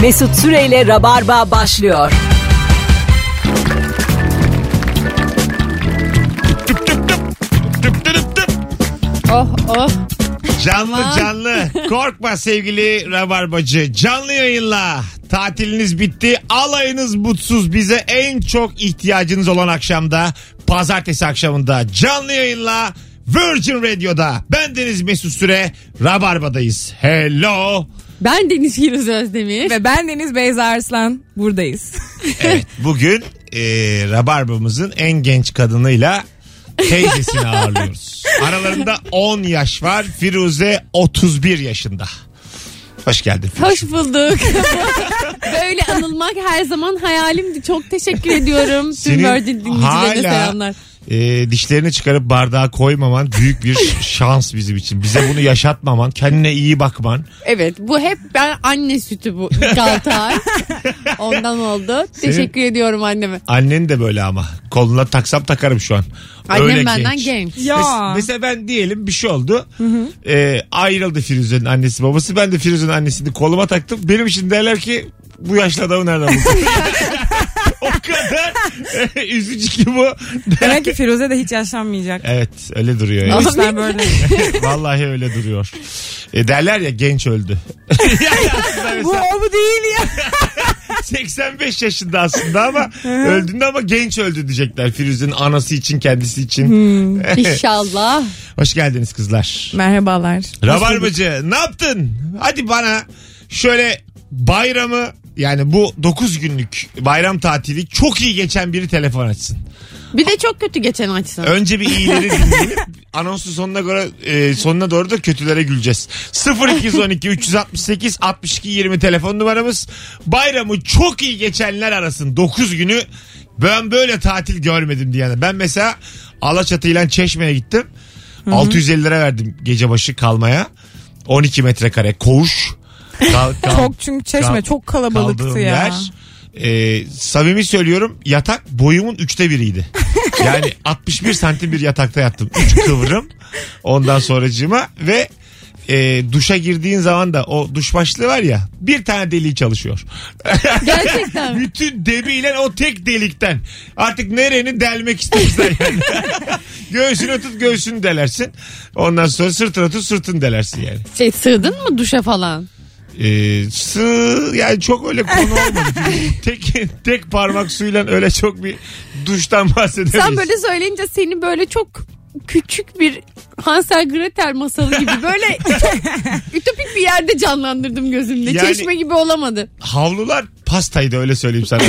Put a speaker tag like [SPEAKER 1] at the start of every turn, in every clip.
[SPEAKER 1] Mesut Süreyle Rabarba başlıyor.
[SPEAKER 2] Tüp tüp tüp. Tüp tüp tüp.
[SPEAKER 3] Oh oh.
[SPEAKER 2] Canlı canlı. Korkma sevgili Rabarbacı. Canlı yayınla. Tatiliniz bitti. Alayınız mutsuz. Bize en çok ihtiyacınız olan akşamda. Pazartesi akşamında. Canlı yayınla. Virgin Radio'da. Ben Deniz Mesut Süre. Rabarba'dayız. Hello.
[SPEAKER 3] Ben Deniz Firuz Özdemir.
[SPEAKER 4] Ve ben Deniz Beyza Arslan. Buradayız.
[SPEAKER 2] Evet bugün e, Rabarba'mızın en genç kadınıyla teyzesini ağırlıyoruz. Aralarında 10 yaş var. Firuze 31 yaşında. Hoş geldin.
[SPEAKER 3] Hoş bulduk. Böyle anılmak her zaman hayalimdi. Çok teşekkür ediyorum. Tüm Virgin dinleyicilerine selamlar.
[SPEAKER 2] e, dişlerini çıkarıp bardağa koymaman büyük bir şans bizim için. Bize bunu yaşatmaman, kendine iyi bakman.
[SPEAKER 3] Evet bu hep ben anne sütü bu. İlk altı ay. Ondan oldu. Teşekkür ediyorum anneme.
[SPEAKER 2] Annen de böyle ama. Koluna taksam takarım şu an.
[SPEAKER 3] Annem
[SPEAKER 2] Öyle
[SPEAKER 3] benden
[SPEAKER 2] genç.
[SPEAKER 3] genç.
[SPEAKER 2] Mes- Mesela ben diyelim bir şey oldu. Ee, ayrıldı Firuze'nin annesi babası. Ben de Firuze'nin annesini koluma taktım. Benim için derler ki bu yaşlı adamı nereden buldun? o kadar e, üzücü ki bu.
[SPEAKER 4] Demek ki Firuze de hiç yaşlanmayacak.
[SPEAKER 2] Evet öyle duruyor.
[SPEAKER 4] O
[SPEAKER 2] Yani.
[SPEAKER 4] yüzden böyle.
[SPEAKER 2] Vallahi öyle duruyor. E, derler ya genç öldü. yani aslında
[SPEAKER 4] bu
[SPEAKER 2] mesela
[SPEAKER 4] o bu değil ya.
[SPEAKER 2] 85 yaşında aslında ama öldüğünde ama genç öldü diyecekler. Firuze'nin anası için kendisi için.
[SPEAKER 3] İnşallah.
[SPEAKER 2] Hoş geldiniz kızlar.
[SPEAKER 4] Merhabalar.
[SPEAKER 2] Rabarbacı ne yaptın? Hadi bana şöyle bayramı yani bu 9 günlük bayram tatili çok iyi geçen biri telefon açsın.
[SPEAKER 3] Bir de çok kötü geçen açsın.
[SPEAKER 2] Önce bir iyileri dinleyelim. Anonsun sonuna göre e, sonuna doğru da kötülere güleceğiz. 0212 368 62 20 telefon numaramız. Bayramı çok iyi geçenler arasın 9 günü. Ben böyle tatil görmedim diye. Ben mesela Alaçatı ile Çeşme'ye gittim. 650 lira verdim gece başı kalmaya. 12 metrekare koğuş. Kal- kal-
[SPEAKER 4] Çok çünkü çeşme
[SPEAKER 2] kal-
[SPEAKER 4] çok kalabalıktı
[SPEAKER 2] kaldığım
[SPEAKER 4] ya.
[SPEAKER 2] yer e, samimi söylüyorum yatak boyumun üçte biriydi. Yani 61 santim bir yatakta yattım. Üç kıvrım ondan sonracığıma ve e, duşa girdiğin zaman da o duş başlığı var ya bir tane deliği çalışıyor.
[SPEAKER 3] Gerçekten.
[SPEAKER 2] Bütün debiyle o tek delikten. Artık nereni delmek istiyorsan yani. göğsünü tut göğsünü delersin. Ondan sonra sırtını tut sırtını delersin yani.
[SPEAKER 3] Şey, sığdın mı duşa falan?
[SPEAKER 2] Ee, sığ yani çok öyle konu olmadı. tek tek parmak suyla öyle çok bir duştan bahsedemeyiz.
[SPEAKER 3] Sen böyle söyleyince seni böyle çok küçük bir Hansel Gretel masalı gibi böyle ütopik bir yerde canlandırdım gözümde.
[SPEAKER 2] Yani-
[SPEAKER 3] Çeşme gibi olamadı.
[SPEAKER 2] Havlular pastaydı öyle söyleyeyim sana.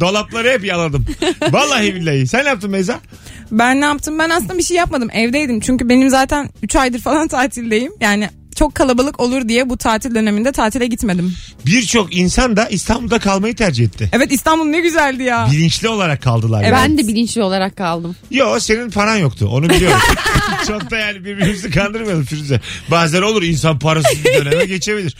[SPEAKER 2] Dolapları hep yaladım. Vallahi billahi. Sen ne yaptın Beyza?
[SPEAKER 4] Ben ne yaptım? Ben aslında bir şey yapmadım. Evdeydim. Çünkü benim zaten 3 aydır falan tatildeyim. Yani çok kalabalık olur diye bu tatil döneminde tatile gitmedim.
[SPEAKER 2] Birçok insan da İstanbul'da kalmayı tercih etti.
[SPEAKER 4] Evet İstanbul ne güzeldi ya.
[SPEAKER 2] Bilinçli olarak kaldılar.
[SPEAKER 4] Evet.
[SPEAKER 3] Ben de bilinçli olarak kaldım.
[SPEAKER 2] Yo senin paran yoktu. Onu biliyorum. Çok da yani birbirimizi kandırmayalım Firuze. Bazen olur insan parasız bir döneme geçebilir.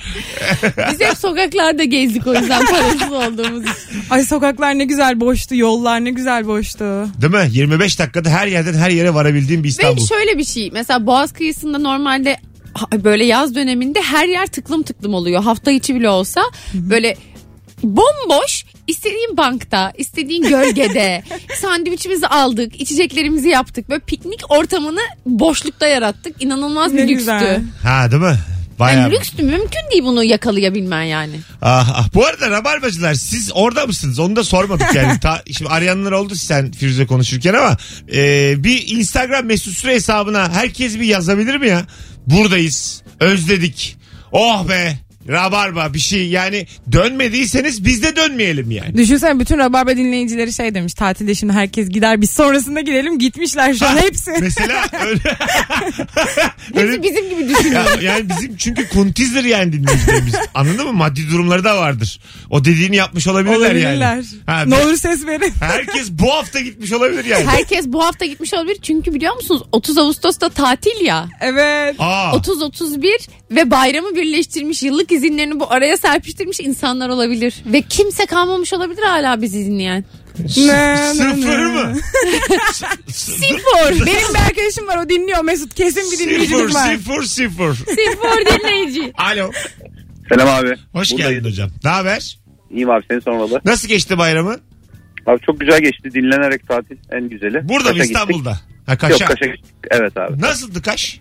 [SPEAKER 3] Biz hep sokaklarda gezdik o yüzden parasız olduğumuz için.
[SPEAKER 4] Ay sokaklar ne güzel boştu. Yollar ne güzel boştu.
[SPEAKER 2] Değil mi? 25 dakikada her yerden her yere varabildiğim bir İstanbul.
[SPEAKER 3] Ve şöyle bir şey mesela Boğaz kıyısında normalde ha- böyle yaz döneminde her yer tıklım tıklım oluyor. Hafta içi bile olsa böyle bomboş istediğin bankta, istediğin gölgede sandviçimizi aldık, içeceklerimizi yaptık. Böyle piknik ortamını boşlukta yarattık. İnanılmaz
[SPEAKER 4] Ne
[SPEAKER 3] bir
[SPEAKER 4] güzel.
[SPEAKER 3] lükstü.
[SPEAKER 2] Ha değil mi? Bayağı.
[SPEAKER 3] Yani lükstü mümkün değil bunu yakalayabilmen yani.
[SPEAKER 2] Ah, ah. Bu arada rabarbacılar siz orada mısınız? Onu da sormadık yani. Ta, şimdi arayanlar oldu sen Firuze konuşurken ama e, bir Instagram mesut süre hesabına herkes bir yazabilir mi ya? Buradayız. Özledik. Oh be. Rabarba bir şey yani dönmediyseniz biz de dönmeyelim yani.
[SPEAKER 4] Düşünsene bütün Rabarba dinleyicileri şey demiş tatilde şimdi herkes gider biz sonrasında gidelim gitmişler şu an hepsi.
[SPEAKER 2] Mesela öyle.
[SPEAKER 3] Hepsi bizim gibi düşünüyor.
[SPEAKER 2] Ya, yani bizim çünkü kuntizdir yani dinleyicilerimiz. Anladın mı? Maddi durumları da vardır. O dediğini yapmış olabilirler,
[SPEAKER 4] Olabilirler.
[SPEAKER 2] yani. Ha,
[SPEAKER 4] ne olur ses verin.
[SPEAKER 2] Herkes bu hafta gitmiş olabilir yani.
[SPEAKER 3] Herkes bu hafta gitmiş olabilir çünkü biliyor musunuz 30 Ağustos'ta tatil ya.
[SPEAKER 4] Evet.
[SPEAKER 2] Aa,
[SPEAKER 3] 30-31 ve bayramı birleştirmiş yıllık izinlerini bu araya serpiştirmiş insanlar olabilir. Ve kimse kalmamış olabilir hala bizi dinleyen.
[SPEAKER 4] Ne, ne,
[SPEAKER 2] sıfır
[SPEAKER 4] ne.
[SPEAKER 2] mı?
[SPEAKER 3] Sıfır.
[SPEAKER 4] Benim bir arkadaşım var o dinliyor Mesut kesin bir
[SPEAKER 2] Sıfır,
[SPEAKER 4] dinleyicimiz var.
[SPEAKER 2] sıfır, sıfır.
[SPEAKER 3] Sıfır dinleyici.
[SPEAKER 2] Alo.
[SPEAKER 5] Selam abi.
[SPEAKER 2] Hoş
[SPEAKER 5] Buradayız.
[SPEAKER 2] geldin hocam. Ne haber?
[SPEAKER 5] İyiyim abi seni sormalı.
[SPEAKER 2] Nasıl geçti bayramın?
[SPEAKER 5] Abi çok güzel geçti dinlenerek tatil en güzeli.
[SPEAKER 2] Burada mı
[SPEAKER 5] Kaş'a gittik.
[SPEAKER 2] İstanbul'da? Ha
[SPEAKER 5] Yok
[SPEAKER 2] Kaş'a.
[SPEAKER 5] Kaş'a gittik. Evet abi.
[SPEAKER 2] Nasıldı Kaş?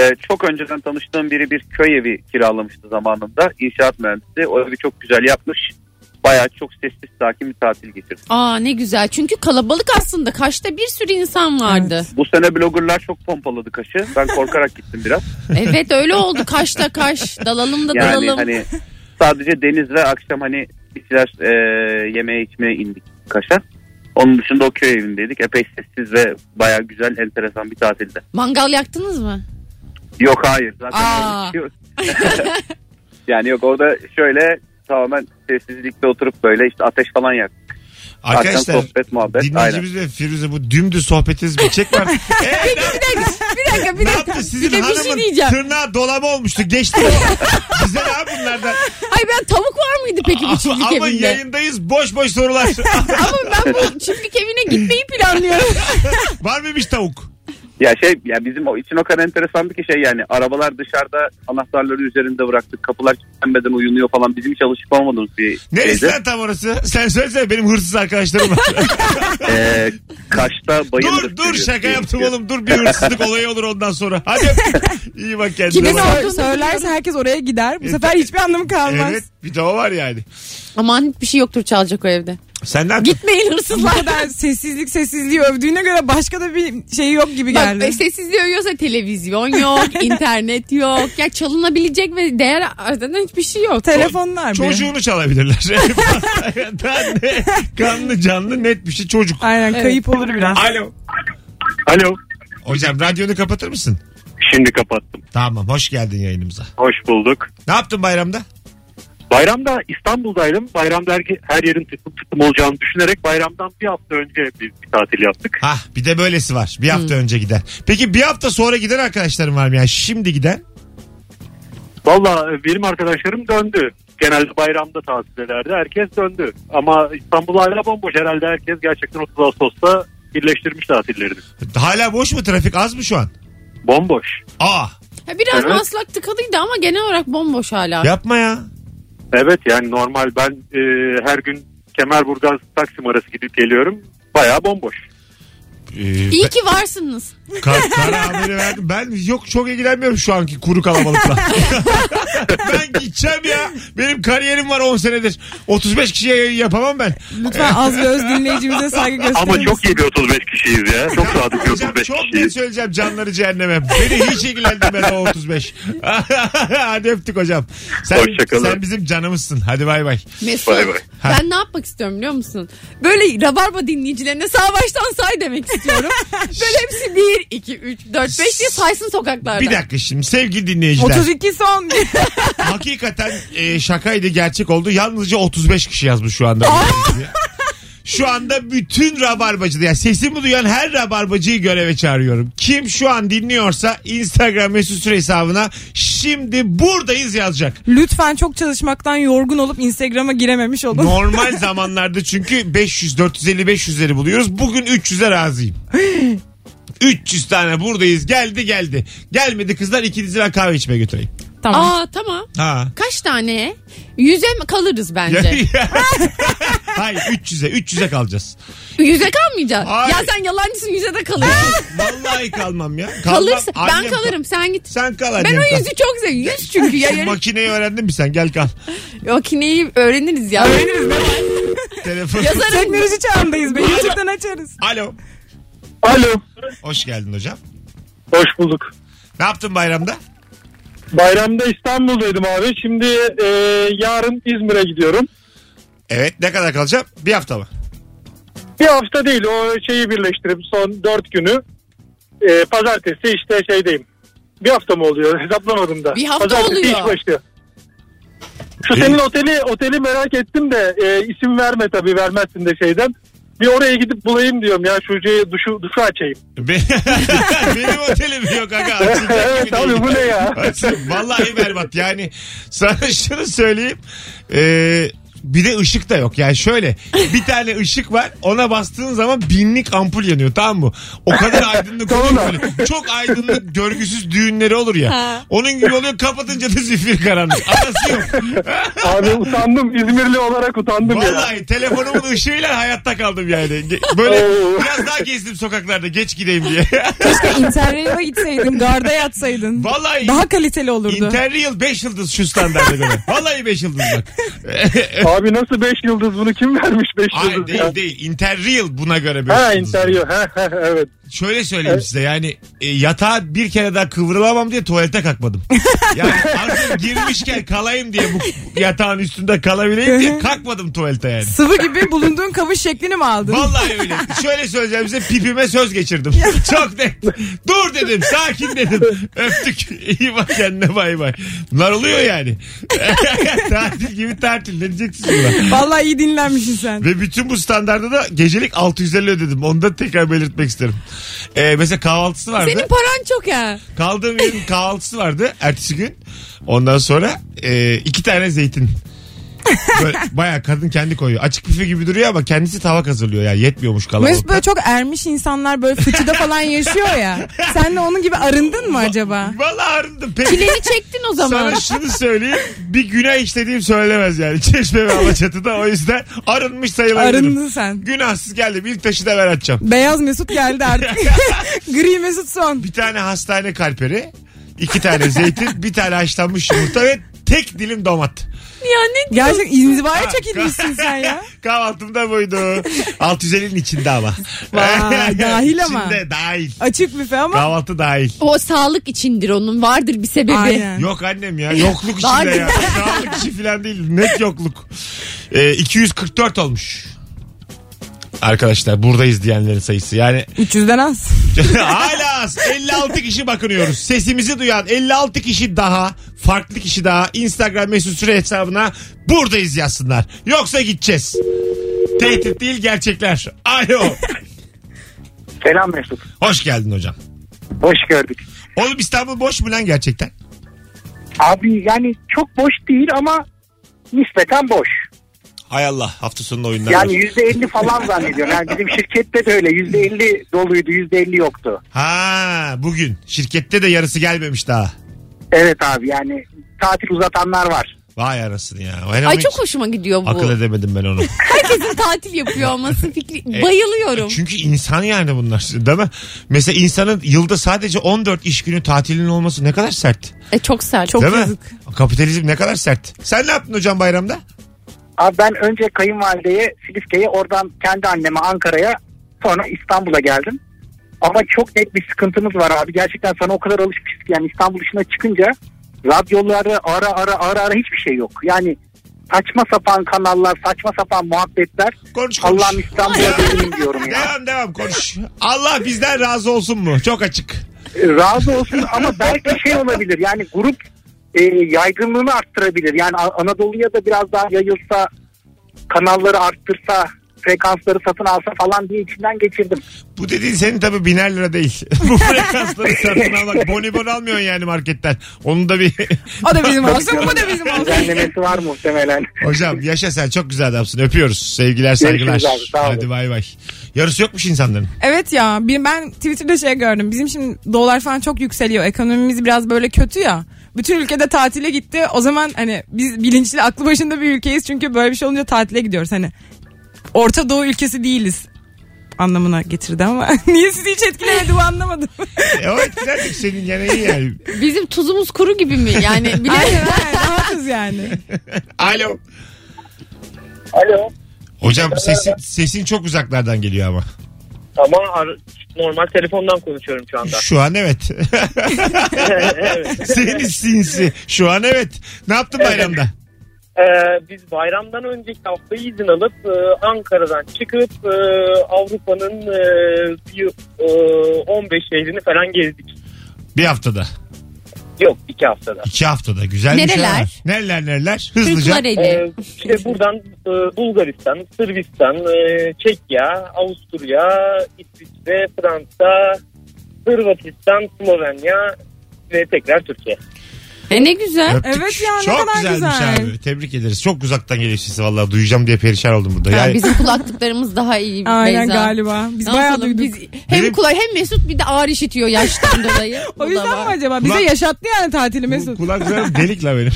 [SPEAKER 5] Ee, çok önceden tanıştığım biri bir köy evi kiralamıştı zamanında. İnşaat mühendisi. O evi çok güzel yapmış. Bayağı çok sessiz sakin bir tatil geçirdim.
[SPEAKER 3] Aa ne güzel çünkü kalabalık aslında. Kaş'ta bir sürü insan vardı.
[SPEAKER 5] Bu sene bloggerlar çok pompaladı kaşı. Ben korkarak gittim biraz.
[SPEAKER 3] Evet, öyle oldu. Kaş'ta Kaş. Dalalım da
[SPEAKER 5] Yani
[SPEAKER 3] dalalım.
[SPEAKER 5] hani sadece deniz ve akşam hani bir şeyler e, yemeğe içmeye indik kaşa. Onun dışında o köy evindeydik. Epey sessiz ve bayağı güzel enteresan bir tatilde.
[SPEAKER 3] Mangal yaktınız mı?
[SPEAKER 5] Yok hayır zaten
[SPEAKER 3] Aa.
[SPEAKER 5] öyle bir şey yok. yani yok orada şöyle tamamen sessizlikte oturup böyle işte ateş falan yak.
[SPEAKER 2] Arkadaşlar
[SPEAKER 5] Akşam sohbet, muhabbet,
[SPEAKER 2] dinleyicimiz ve Firuze bu dümdüz sohbetiniz bitecek mi artık? Ee, ne yaptı?
[SPEAKER 3] Bir dakika bir
[SPEAKER 2] Ne yaptı? Sizin
[SPEAKER 3] bir de bir şey
[SPEAKER 2] hanımın
[SPEAKER 3] diyeceğim.
[SPEAKER 2] tırnağı dolama olmuştu. Geçti o. Bize ne abi bunlardan?
[SPEAKER 3] Ay ben tavuk var mıydı peki bu
[SPEAKER 2] Ama,
[SPEAKER 3] çiftlik
[SPEAKER 2] ama
[SPEAKER 3] evinde?
[SPEAKER 2] yayındayız. Boş boş sorular.
[SPEAKER 3] Ama ben bu çiftlik evine gitmeyi planlıyorum.
[SPEAKER 2] Var mıymış tavuk?
[SPEAKER 5] Ya şey ya bizim o için o kadar enteresandı ki şey yani arabalar dışarıda anahtarları üzerinde bıraktık. Kapılar kilitlenmeden uyunuyor falan. Bizim hiç alışık olmadığımız bir
[SPEAKER 2] Neresi
[SPEAKER 5] şeydi.
[SPEAKER 2] lan tam orası? Sen söylesene benim hırsız arkadaşlarım var.
[SPEAKER 5] Ee, kaşta
[SPEAKER 2] dur
[SPEAKER 5] bayıldık.
[SPEAKER 2] dur şaka yaptım oğlum. Dur bir hırsızlık olayı olur ondan sonra. Hadi öptük. iyi bak kendine.
[SPEAKER 4] Kimi
[SPEAKER 2] bak.
[SPEAKER 4] sor- söylerse herkes oraya gider. Bu sefer hiçbir anlamı kalmaz.
[SPEAKER 2] E, Evet bir de o var yani.
[SPEAKER 3] Aman bir şey yoktur çalacak o evde.
[SPEAKER 2] Sen ne yaptın?
[SPEAKER 3] Gitmeyin
[SPEAKER 4] Bu
[SPEAKER 3] hırsızlar.
[SPEAKER 4] kadar sessizlik sessizliği övdüğüne göre başka da bir şey yok gibi
[SPEAKER 3] Bak e,
[SPEAKER 4] geldi.
[SPEAKER 3] sessizliği övüyorsa televizyon yok, internet yok. Ya çalınabilecek ve değer ardından hiçbir şey yok.
[SPEAKER 4] Telefonlar mı?
[SPEAKER 2] Çocuğunu çalabilirler. Daha ne? Kanlı canlı net bir şey çocuk.
[SPEAKER 4] Aynen kayıp olur biraz.
[SPEAKER 2] Alo.
[SPEAKER 5] Alo.
[SPEAKER 2] Hocam radyonu kapatır mısın?
[SPEAKER 5] Şimdi kapattım.
[SPEAKER 2] Tamam hoş geldin yayınımıza.
[SPEAKER 5] Hoş bulduk.
[SPEAKER 2] Ne yaptın bayramda?
[SPEAKER 5] Bayramda İstanbul'daydım. Bayramda her, her yerin tıklım tıklım olacağını düşünerek bayramdan bir hafta önce bir, bir tatil yaptık.
[SPEAKER 2] Ha bir de böylesi var. Bir hafta önce giden. Peki bir hafta sonra giden arkadaşlarım var mı? Yani şimdi giden.
[SPEAKER 5] Valla e, benim arkadaşlarım döndü. Genelde bayramda tatil ederdi. Herkes döndü. Ama İstanbul hala bomboş. Herhalde herkes gerçekten 30 Ağustos'ta birleştirmiş tatillerini.
[SPEAKER 2] Hala boş mu trafik? Az mı şu an?
[SPEAKER 5] Bomboş.
[SPEAKER 2] Aa
[SPEAKER 3] Ya biraz
[SPEAKER 5] Evet.
[SPEAKER 3] maslak tıkalıydı ama genel olarak bomboş hala.
[SPEAKER 2] yapma ya.
[SPEAKER 5] Evet yani normal ben e, her gün Kemerburgaz Taksim arası gidip geliyorum. Bayağı bomboş.
[SPEAKER 2] Ee,
[SPEAKER 3] İyi ki varsınız.
[SPEAKER 2] ben- kar, kara haberi verdim. Ben yok çok ilgilenmiyorum şu anki kuru kalabalıkla. ben gideceğim ya. Benim kariyerim var 10 senedir. 35 kişiye yayın yapamam ben.
[SPEAKER 4] Lütfen az ve öz dinleyicimize saygı gösterin.
[SPEAKER 5] Ama çok iyi bir 35 kişiyiz ya. Çok sadık bir
[SPEAKER 2] Hocam
[SPEAKER 5] 35
[SPEAKER 2] çok net
[SPEAKER 5] kişiyiz.
[SPEAKER 2] söyleyeceğim canları cehenneme. Beni hiç ilgilendirmedi o 35. Hadi öptük hocam. Sen,
[SPEAKER 5] Hoşçakalın.
[SPEAKER 2] sen bizim canımızsın. Hadi bay bay.
[SPEAKER 3] Mesut.
[SPEAKER 5] Bay bay.
[SPEAKER 3] Ben ne yapmak istiyorum biliyor musun? Böyle rabarba dinleyicilerine sağ baştan say demek istiyorum. Böyle hepsi 1, 2, 3, 4, 5 diye saysın sokaklarda.
[SPEAKER 2] Bir dakika şimdi sevgili dinleyiciler.
[SPEAKER 4] 32 son.
[SPEAKER 2] Hakikaten e, şakaydı gerçek oldu. Yalnızca 35 kişi yazmış şu anda. şu anda bütün rabarbacıda yani sesimi duyan her rabarbacıyı göreve çağırıyorum. Kim şu an dinliyorsa Instagram mesut süre hesabına şimdi buradayız yazacak.
[SPEAKER 4] Lütfen çok çalışmaktan yorgun olup Instagram'a girememiş olun.
[SPEAKER 2] Normal zamanlarda çünkü 500, 450, 500'leri buluyoruz. Bugün 300'e razıyım. 300 tane buradayız geldi geldi. Gelmedi kızlar ikinizi ben kahve içmeye götüreyim.
[SPEAKER 4] Tamam.
[SPEAKER 3] Aa tamam.
[SPEAKER 2] Ha.
[SPEAKER 3] Kaç tane? Yüze mi kalırız bence?
[SPEAKER 2] Hayır 300'e 300'e kalacağız.
[SPEAKER 3] Yüze kalmayacağız.
[SPEAKER 2] Ay.
[SPEAKER 3] Ya sen yalancısın yüze de kalırsın.
[SPEAKER 2] Vallahi kalmam ya. Kalmam.
[SPEAKER 3] Kalırsın.
[SPEAKER 2] Annem
[SPEAKER 3] Ben kalırım sen git.
[SPEAKER 2] Sen kal annem
[SPEAKER 3] Ben o
[SPEAKER 2] kal.
[SPEAKER 3] yüzü çok seviyorum. Yüz çünkü ya.
[SPEAKER 2] Şu makineyi öğrendin mi sen? Gel kal.
[SPEAKER 3] Makineyi öğreniriz ya. Öğreniriz.
[SPEAKER 2] Telefon.
[SPEAKER 3] Yazarım.
[SPEAKER 4] Teknoloji çağındayız. be. YouTube'dan açarız.
[SPEAKER 2] Alo.
[SPEAKER 6] Alo.
[SPEAKER 2] Hoş geldin hocam.
[SPEAKER 6] Hoş bulduk.
[SPEAKER 2] Ne yaptın bayramda?
[SPEAKER 6] Bayramda İstanbul'daydım abi. Şimdi e, yarın İzmir'e gidiyorum.
[SPEAKER 2] Evet ne kadar kalacağım? Bir hafta mı?
[SPEAKER 6] Bir hafta değil o şeyi birleştirip son dört günü. E, pazartesi işte şeydeyim. Bir hafta mı oluyor? Hesaplamadım da.
[SPEAKER 3] Bir hafta
[SPEAKER 6] pazartesi
[SPEAKER 3] oluyor.
[SPEAKER 6] iş başlıyor. Şu
[SPEAKER 2] İyi.
[SPEAKER 6] senin oteli oteli merak ettim de e, isim verme tabii vermezsin de şeyden. Bir oraya gidip bulayım diyorum ya şu şeyi, duşu, duşu açayım.
[SPEAKER 2] Be- Benim otelim yok aga. Açılacak gibi
[SPEAKER 6] evet abi
[SPEAKER 2] değil.
[SPEAKER 6] bu ne ya?
[SPEAKER 2] Vallahi berbat yani sana şunu söyleyeyim Ee, bir de ışık da yok. Yani şöyle bir tane ışık var ona bastığın zaman binlik ampul yanıyor tamam mı? O kadar aydınlık oluyor.
[SPEAKER 6] Doğru.
[SPEAKER 2] ki böyle. Çok aydınlık görgüsüz düğünleri olur ya. Onun gibi oluyor kapatınca da zifir karanlık. Anası yok.
[SPEAKER 6] Abi utandım. İzmirli olarak utandım ya.
[SPEAKER 2] Vallahi telefonumun ışığıyla hayatta kaldım yani. Ge- Böyle
[SPEAKER 6] Oo.
[SPEAKER 2] biraz daha gezdim sokaklarda geç gideyim diye.
[SPEAKER 4] Keşke Interrail'e gitseydin. Garda yatsaydın.
[SPEAKER 2] Vallahi
[SPEAKER 4] Daha kaliteli olurdu.
[SPEAKER 2] Interreal 5 yıldız şu standarda göre. Vallahi 5 yıldız bak.
[SPEAKER 6] Abi nasıl 5 yıldız bunu kim vermiş 5
[SPEAKER 2] Ay
[SPEAKER 6] yıldız ya?
[SPEAKER 2] değil değil. Interreal buna göre 5
[SPEAKER 6] Ha
[SPEAKER 2] yıldız.
[SPEAKER 6] interview. Ha, ha, ha, evet.
[SPEAKER 2] Şöyle söyleyeyim size yani e, yatağa bir kere daha kıvrılamam diye tuvalete kalkmadım. yani artık girmişken kalayım diye bu yatağın üstünde kalabileyim diye kalkmadım tuvalete yani.
[SPEAKER 4] Sıvı gibi bulunduğun kamış şeklini mi aldın?
[SPEAKER 2] Vallahi öyle. Şöyle söyleyeceğim size pipime söz geçirdim. Çok net. Dur dedim. Sakin dedim. Öptük. İyi bak kendine bay bay. Bunlar oluyor yani. tatil gibi tatil. Ne diyeceksiniz buna?
[SPEAKER 4] Vallahi iyi dinlenmişsin sen.
[SPEAKER 2] Ve bütün bu standarda da gecelik 650 ödedim. Onu da tekrar belirtmek isterim. Ee, mesela kahvaltısı vardı.
[SPEAKER 3] Senin paran çok ya.
[SPEAKER 2] Kaldığım yerin kahvaltısı vardı ertesi gün. Ondan sonra e, iki tane zeytin. Böyle bayağı kadın kendi koyuyor. Açık büfe gibi duruyor ama kendisi tavak hazırlıyor. Yani yetmiyormuş
[SPEAKER 4] Mesut
[SPEAKER 2] kalabalık.
[SPEAKER 4] böyle çok ermiş insanlar böyle fıçıda falan yaşıyor ya. Sen de onun gibi arındın mı acaba?
[SPEAKER 2] Vallahi arındım. Peki.
[SPEAKER 3] Çileni çektin o zaman.
[SPEAKER 2] Sana şunu söyleyeyim. Bir günah işlediğim söylemez yani. Çeşme ve Alaçatı'da o yüzden arınmış sayılabilirim.
[SPEAKER 4] Arındın sen.
[SPEAKER 2] Günahsız geldim. İlk taşı da ben atacağım.
[SPEAKER 4] Beyaz Mesut geldi artık. Gri Mesut son.
[SPEAKER 2] Bir tane hastane kalperi. iki tane zeytin. bir tane haşlanmış yumurta ve tek dilim domat.
[SPEAKER 3] Ya ne
[SPEAKER 4] Gerçekten inzivaya çekilmişsin sen ya.
[SPEAKER 2] Kahvaltımda buydu. 650'nin içinde ama.
[SPEAKER 4] Vay, dahil ama.
[SPEAKER 2] İçinde dahil.
[SPEAKER 4] Açık büfe ama.
[SPEAKER 2] Kahvaltı dahil.
[SPEAKER 3] O sağlık içindir onun. Vardır bir sebebi.
[SPEAKER 4] Aynen.
[SPEAKER 2] Yok annem ya. Yokluk
[SPEAKER 3] Daha
[SPEAKER 2] içinde ya. Sağlık içi falan değil. Net yokluk. Ee, 244 olmuş. Arkadaşlar buradayız diyenlerin sayısı. Yani
[SPEAKER 4] 300'den az.
[SPEAKER 2] hala az. 56 kişi bakınıyoruz. Sesimizi duyan 56 kişi daha farklı kişi daha Instagram mesut süre hesabına buradayız yazsınlar. Yoksa gideceğiz. Tehdit değil gerçekler. Alo.
[SPEAKER 5] Selam Mesut.
[SPEAKER 2] Hoş geldin hocam.
[SPEAKER 5] Hoş gördük.
[SPEAKER 2] Oğlum İstanbul boş mu lan gerçekten?
[SPEAKER 5] Abi yani çok boş değil ama nispeten boş.
[SPEAKER 2] Hay Allah hafta sonu oyunlar.
[SPEAKER 5] Yani
[SPEAKER 2] var.
[SPEAKER 5] yüzde elli falan zannediyorum. Yani bizim şirkette de öyle yüzde elli doluydu yüzde elli yoktu.
[SPEAKER 2] Ha bugün şirkette de yarısı gelmemiş daha.
[SPEAKER 5] Evet abi yani tatil uzatanlar var.
[SPEAKER 2] Vay arasını ya.
[SPEAKER 3] Ay çok hoşuma gidiyor bu.
[SPEAKER 2] Akıl edemedim ben onu.
[SPEAKER 3] Herkesin tatil yapıyor olması fikri.
[SPEAKER 2] E,
[SPEAKER 3] Bayılıyorum.
[SPEAKER 2] Çünkü insan yani bunlar değil mi? Mesela insanın yılda sadece 14 iş günü tatilinin olması ne kadar sert.
[SPEAKER 3] E, çok sert. Çok
[SPEAKER 2] değil mi? Kapitalizm ne kadar sert. Sen ne yaptın hocam bayramda?
[SPEAKER 5] Abi ben önce kayınvalideye Silifke'ye oradan kendi anneme Ankara'ya sonra İstanbul'a geldim. Ama çok net bir sıkıntımız var abi. Gerçekten sana o kadar alışmışız ki yani İstanbul dışına çıkınca radyoları ara ara ara ara hiçbir şey yok. Yani saçma sapan kanallar, saçma sapan muhabbetler.
[SPEAKER 2] Konuş konuş.
[SPEAKER 5] Allah'ım İstanbul'a döneyim diyorum ya.
[SPEAKER 2] Devam devam konuş. Allah bizden razı olsun mu? Çok açık.
[SPEAKER 5] E, razı olsun ama belki şey olabilir yani grup e, yaygınlığını arttırabilir. Yani A- Anadolu'ya da biraz daha yayılsa kanalları arttırsa frekansları satın alsa falan diye içinden geçirdim.
[SPEAKER 2] Bu dediğin senin tabi biner lira değil. Bu frekansları satın almak. Bonibon almıyorsun yani marketten. Onu da bir...
[SPEAKER 4] O da bizim olsun bu da bizim olsun.
[SPEAKER 5] Düzenlemesi var muhtemelen.
[SPEAKER 2] Hocam yaşa sen çok güzel adamsın. Öpüyoruz. Sevgiler saygılar.
[SPEAKER 5] abi, sağ olun.
[SPEAKER 2] Hadi bay bay. Yarısı yokmuş insanların.
[SPEAKER 4] Evet ya bir- ben Twitter'da şey gördüm. Bizim şimdi dolar falan çok yükseliyor. Ekonomimiz biraz böyle kötü ya. Bütün ülkede tatile gitti. O zaman hani biz bilinçli aklı başında bir ülkeyiz. Çünkü böyle bir şey olunca tatile gidiyoruz. Hani Orta Doğu ülkesi değiliz anlamına getirdi ama niye sizi hiç etkilemedi bu anlamadım.
[SPEAKER 2] E, o etkilendik senin gene iyi yani.
[SPEAKER 3] Bizim tuzumuz kuru gibi mi? Yani bile
[SPEAKER 4] aynen aynen rahatız yani.
[SPEAKER 2] Alo.
[SPEAKER 6] Alo.
[SPEAKER 2] Hocam sesin, sesin çok uzaklardan geliyor ama.
[SPEAKER 7] Ama ar- normal telefondan konuşuyorum şu anda.
[SPEAKER 2] Şu an evet. Senin sinsi. Şu an evet. Ne yaptın bayramda?
[SPEAKER 7] Ee, biz bayramdan önceki hafta izin alıp e, Ankara'dan çıkıp e, Avrupa'nın e, bir, e, 15 şehrini falan gezdik.
[SPEAKER 2] Bir haftada.
[SPEAKER 7] Yok iki haftada.
[SPEAKER 2] iki haftada. Güzel bir şey
[SPEAKER 3] Nereler?
[SPEAKER 2] var. Nereler nereler? Hızlıca.
[SPEAKER 3] Kırklareli.
[SPEAKER 7] Ee, işte buradan e, Bulgaristan, Sırbistan, e, Çekya, Avusturya, İsviçre, Fransa, Hırvatistan, Slovenya ve tekrar Türkiye.
[SPEAKER 3] E ne güzel.
[SPEAKER 2] Öptük.
[SPEAKER 4] Evet ya, ne
[SPEAKER 2] Çok
[SPEAKER 4] kadar
[SPEAKER 2] güzelmiş
[SPEAKER 4] güzel.
[SPEAKER 2] abi. Tebrik ederiz. Çok uzaktan geliyor sesi vallahi duyacağım diye perişan oldum burada.
[SPEAKER 3] Ha,
[SPEAKER 2] Yani
[SPEAKER 3] bizim kulaklıklarımız daha iyi
[SPEAKER 4] Aynen
[SPEAKER 3] Beyza.
[SPEAKER 4] galiba. Biz
[SPEAKER 3] Ne
[SPEAKER 4] bayağı
[SPEAKER 3] yapalım?
[SPEAKER 4] duyduk.
[SPEAKER 3] Biz hem
[SPEAKER 2] Benim-
[SPEAKER 3] kulak hem Mesut bir de ağır işitiyor yaştan dolayı. Bu
[SPEAKER 4] o
[SPEAKER 3] da
[SPEAKER 4] yüzden mi
[SPEAKER 3] var.
[SPEAKER 4] acaba? Bize
[SPEAKER 2] Kulak-
[SPEAKER 4] yaşattı yani tatili
[SPEAKER 2] bu
[SPEAKER 4] Mesut.
[SPEAKER 2] kulaklarım delik la benim.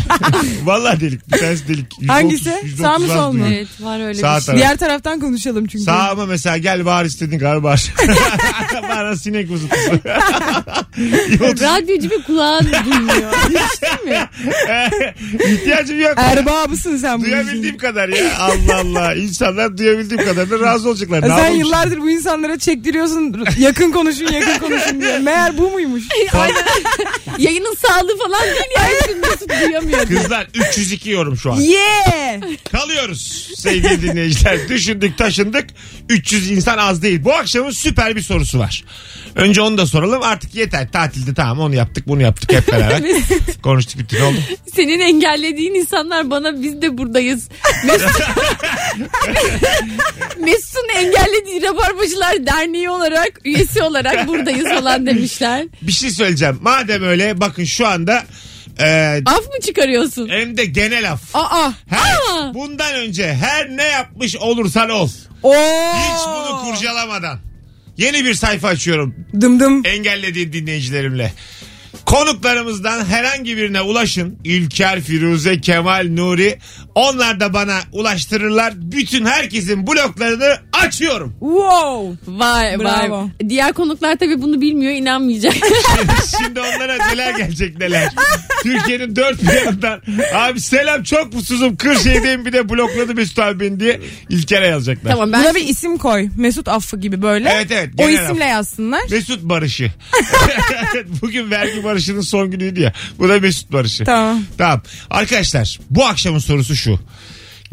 [SPEAKER 2] vallahi delik. Bir tanesi delik. %30,
[SPEAKER 4] Hangisi?
[SPEAKER 2] %30
[SPEAKER 4] Sağ mı,
[SPEAKER 2] az
[SPEAKER 4] sol mu?
[SPEAKER 2] duyuyor.
[SPEAKER 3] Evet var öyle
[SPEAKER 2] Sağ
[SPEAKER 3] bir şey.
[SPEAKER 2] taraf.
[SPEAKER 4] Diğer taraftan konuşalım çünkü.
[SPEAKER 2] Sağ ama mesela gel bağır istedin gar bağır. Bana sinek vızıltısı.
[SPEAKER 3] Radyocu bir kulağın duymuyor. Hiç değil mi?
[SPEAKER 2] İhtiyacım yok.
[SPEAKER 4] Erbabısın sen bu
[SPEAKER 2] Duyabildiğim
[SPEAKER 4] işin.
[SPEAKER 2] kadar ya. Allah Allah. İnsanlar duyabildiğim kadarına razı olacaklar. Ne
[SPEAKER 4] Ya E Sen
[SPEAKER 2] yapalım?
[SPEAKER 4] yıllardır bu insanlara çektiriyorsun yakın konuşun yakın konuşun diye. Meğer bu muymuş?
[SPEAKER 3] Yayının sağlığı falan değil ya. Şimdi Mesut duyamıyor.
[SPEAKER 2] Kızlar 302 yorum şu an.
[SPEAKER 4] Yeah!
[SPEAKER 2] Kalıyoruz sevgili dinleyiciler. Düşündük taşındık. 300 insan az değil. Bu akşamın süper bir sorusu var. Önce onu da soralım. Artık yeter. Tatilde tamam onu yaptık bunu yaptık hep beraber. Konuştuk bitti ne oldu?
[SPEAKER 3] Senin engellediğin insanlar bana biz de buradayız. Mesut... Mesut'un engellediği Rabarbacılar Derneği olarak üyesi olarak buradayız falan demişler.
[SPEAKER 2] Bir şey söyleyeceğim. Madem öyle bakın şu anda e,
[SPEAKER 3] Af mı çıkarıyorsun?
[SPEAKER 2] hem de genel af.
[SPEAKER 4] Aa!
[SPEAKER 2] Her, bundan önce her ne yapmış olursan ol.
[SPEAKER 4] Oo!
[SPEAKER 2] Hiç bunu kurcalamadan. Yeni bir sayfa açıyorum.
[SPEAKER 4] Dım dım.
[SPEAKER 2] E- engellediği dinleyicilerimle. Konuklarımızdan herhangi birine ulaşın. İlker, Firuze, Kemal, Nuri. Onlar da bana ulaştırırlar. Bütün herkesin bloklarını açıyorum.
[SPEAKER 4] Wow!
[SPEAKER 3] Vay
[SPEAKER 4] Bravo.
[SPEAKER 3] vay. Diğer konuklar tabii bunu bilmiyor inanmayacak.
[SPEAKER 2] Şimdi onlara neler gelecek neler. Türkiye'nin dört bir yanından. Abi selam çok mutsuzum. Kırşehir'deyim bir de blokladı Mesut abi beni diye. İlker'e yazacaklar.
[SPEAKER 3] tamam ben
[SPEAKER 4] Buna bir isim koy. Mesut Affı gibi böyle.
[SPEAKER 2] Evet, evet,
[SPEAKER 4] O
[SPEAKER 2] genel
[SPEAKER 4] isimle yazsınlar.
[SPEAKER 2] Mesut Barışı. Bugün vergi barışının son günüydü ya. Bu da Mesut Barışı.
[SPEAKER 4] Tamam.
[SPEAKER 2] Tamam. Arkadaşlar bu akşamın sorusu şu.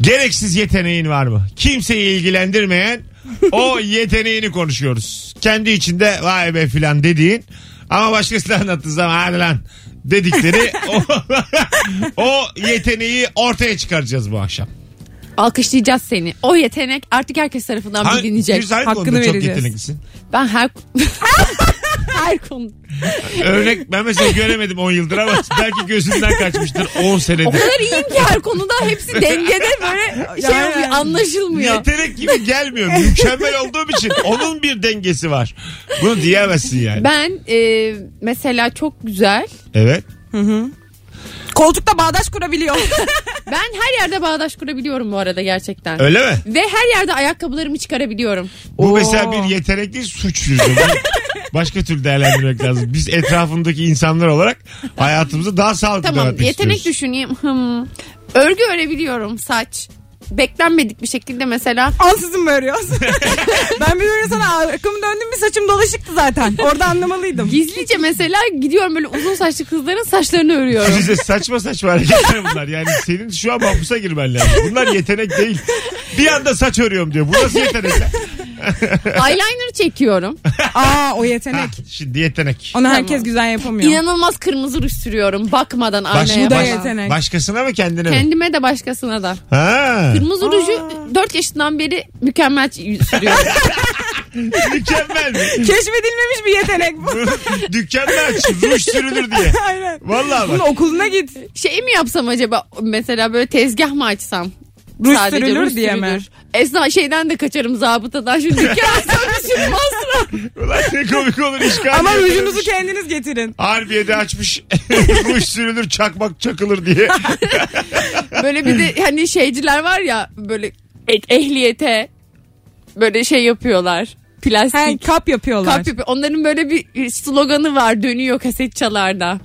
[SPEAKER 2] Gereksiz yeteneğin var mı? Kimseyi ilgilendirmeyen o yeteneğini konuşuyoruz. Kendi içinde vay be filan dediğin ama başkasına anlattığı zaman hadi lan dedikleri o, o yeteneği ortaya çıkaracağız bu akşam.
[SPEAKER 3] alkışlayacağız seni. O yetenek artık herkes tarafından
[SPEAKER 2] Ha-
[SPEAKER 3] bilinecek.
[SPEAKER 2] Firuze hangi
[SPEAKER 4] Hakkını
[SPEAKER 2] konuda çok
[SPEAKER 4] vereceğiz.
[SPEAKER 2] yeteneklisin.
[SPEAKER 3] Ben her her konu.
[SPEAKER 2] Örnek ben mesela göremedim 10 yıldır ama belki gözümden kaçmıştır 10
[SPEAKER 3] O
[SPEAKER 2] senedir.
[SPEAKER 3] kadar iyiyim ki her konuda hepsi dengede böyle şey
[SPEAKER 4] Yani.
[SPEAKER 3] oluyor, anlaşılmıyor.
[SPEAKER 2] Yetenek gibi gelmiyor. Mükemmel olduğum için onun bir dengesi var. Bunu diyemezsin yani.
[SPEAKER 3] Ben e, mesela çok güzel.
[SPEAKER 2] Evet.
[SPEAKER 4] Koltukta bağdaş kurabiliyor.
[SPEAKER 3] Ben her yerde bağdaş kurabiliyorum bu arada gerçekten.
[SPEAKER 2] Öyle mi?
[SPEAKER 3] Ve her yerde ayakkabılarımı çıkarabiliyorum.
[SPEAKER 2] Bu
[SPEAKER 4] Oo.
[SPEAKER 2] mesela bir yetenek değil suç yüzü. Bunu Başka türlü değerlendirmek lazım. Biz etrafındaki insanlar olarak hayatımızı daha sağlıklı
[SPEAKER 3] Tamam
[SPEAKER 2] yönetmek
[SPEAKER 3] yetenek
[SPEAKER 2] istiyoruz.
[SPEAKER 3] düşüneyim. Hmm. Örgü örebiliyorum saç. Beklenmedik bir şekilde mesela.
[SPEAKER 4] Ansızın mı örüyorsun? ben bir öyle sana arkamı döndüm bir saçım dolaşıktı zaten. Orada anlamalıydım.
[SPEAKER 3] Gizlice mesela gidiyorum böyle uzun saçlı kızların saçlarını örüyorum.
[SPEAKER 2] Size saçma saçma hareketler bunlar. Yani senin şu an mahpusa girmen lazım. Bunlar yetenek değil. Bir anda saç örüyorum diyor. Bu nasıl yetenek? lan?
[SPEAKER 3] Eyeliner çekiyorum.
[SPEAKER 4] Aa o
[SPEAKER 2] Ha,
[SPEAKER 4] yetenek.
[SPEAKER 2] şimdi yetenek.
[SPEAKER 4] Onu herkes güzel yapamıyor.
[SPEAKER 3] İnanılmaz kırmızı ruj sürüyorum bakmadan aynaya.
[SPEAKER 4] Bu da
[SPEAKER 3] bak-
[SPEAKER 4] yetenek.
[SPEAKER 2] Başkasına mı kendine mi?
[SPEAKER 3] Kendime de başkasına da.
[SPEAKER 2] Ha.
[SPEAKER 3] Kırmızı ruju 4 yaşından beri mükemmel sürüyorum.
[SPEAKER 2] Mükemmel mi?
[SPEAKER 4] Keşfedilmemiş bir yetenek bu.
[SPEAKER 2] Dükkanını aç. Ruj sürülür diye.
[SPEAKER 4] Aynen.
[SPEAKER 2] Vallahi
[SPEAKER 4] Bunun
[SPEAKER 2] bak.
[SPEAKER 4] okuluna git.
[SPEAKER 3] şey mi yapsam acaba mesela böyle tezgah mı açsam?
[SPEAKER 4] Ruj sürülür
[SPEAKER 3] ruj
[SPEAKER 4] diye mi?
[SPEAKER 3] sürülür. Esna şeyden de kaçarım zabıtadan. Şu dükkan açsam bir sürü masraf.
[SPEAKER 2] Ulan ne komik olur işgal.
[SPEAKER 4] Ama
[SPEAKER 2] yapılmış.
[SPEAKER 4] rujunuzu kendiniz getirin.
[SPEAKER 2] Harbiye'de açmış. Ruj sürülür çakmak çakılır diye.
[SPEAKER 3] Böyle bir de hani şeyciler var ya böyle et- ehliyete böyle şey yapıyorlar. Plastik.
[SPEAKER 4] He, kap yapıyorlar.
[SPEAKER 3] Kap yapıyor. Onların böyle bir sloganı var dönüyor kasetçalarda.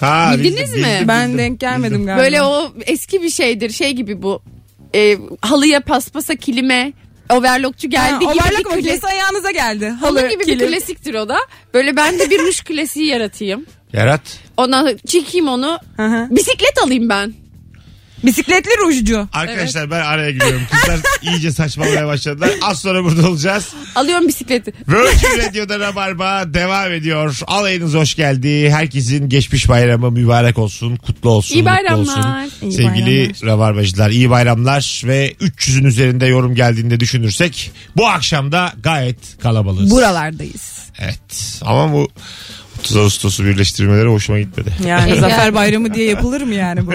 [SPEAKER 2] Ha,
[SPEAKER 3] Bildiniz
[SPEAKER 2] bildim,
[SPEAKER 3] mi?
[SPEAKER 2] bildim,
[SPEAKER 4] ben
[SPEAKER 2] bildim,
[SPEAKER 4] denk gelmedim
[SPEAKER 2] bildim.
[SPEAKER 4] galiba.
[SPEAKER 3] Böyle o eski bir şeydir şey gibi bu. E, halıya paspasa kilime overlockçu geldi
[SPEAKER 4] Ha,
[SPEAKER 3] gibi.
[SPEAKER 4] Overlock
[SPEAKER 3] bir kule-
[SPEAKER 4] makinesi ayağınıza geldi. Halı,
[SPEAKER 3] Halı gibi bir
[SPEAKER 4] kilim.
[SPEAKER 3] klasiktir o da. Böyle ben de bir ruj klasiği yaratayım.
[SPEAKER 2] Yarat.
[SPEAKER 3] Ondan sonra çekeyim onu.
[SPEAKER 4] Hı hı.
[SPEAKER 3] Bisiklet alayım ben.
[SPEAKER 4] Bisikletli rujcu.
[SPEAKER 2] Arkadaşlar ben araya giriyorum. Kızlar iyice saçmalamaya başladılar. Az sonra burada olacağız.
[SPEAKER 3] Alıyorum bisikleti.
[SPEAKER 2] Virgin Radio'da Rabarba devam ediyor. Alayınız hoş geldi. Herkesin geçmiş bayramı mübarek olsun. Kutlu olsun.
[SPEAKER 3] İyi
[SPEAKER 2] mutlu
[SPEAKER 3] bayramlar.
[SPEAKER 2] Olsun.
[SPEAKER 4] İyi
[SPEAKER 2] Sevgili Rabarbacılar iyi bayramlar. Ve 300'ün üzerinde yorum geldiğinde düşünürsek bu akşam da gayet kalabalığız.
[SPEAKER 4] Buralardayız.
[SPEAKER 2] Evet ama bu 30 Ağustos'u birleştirmeleri hoşuma gitmedi.
[SPEAKER 4] Yani
[SPEAKER 3] Yani.
[SPEAKER 4] Zafer Bayramı diye yapılır mı yani bu?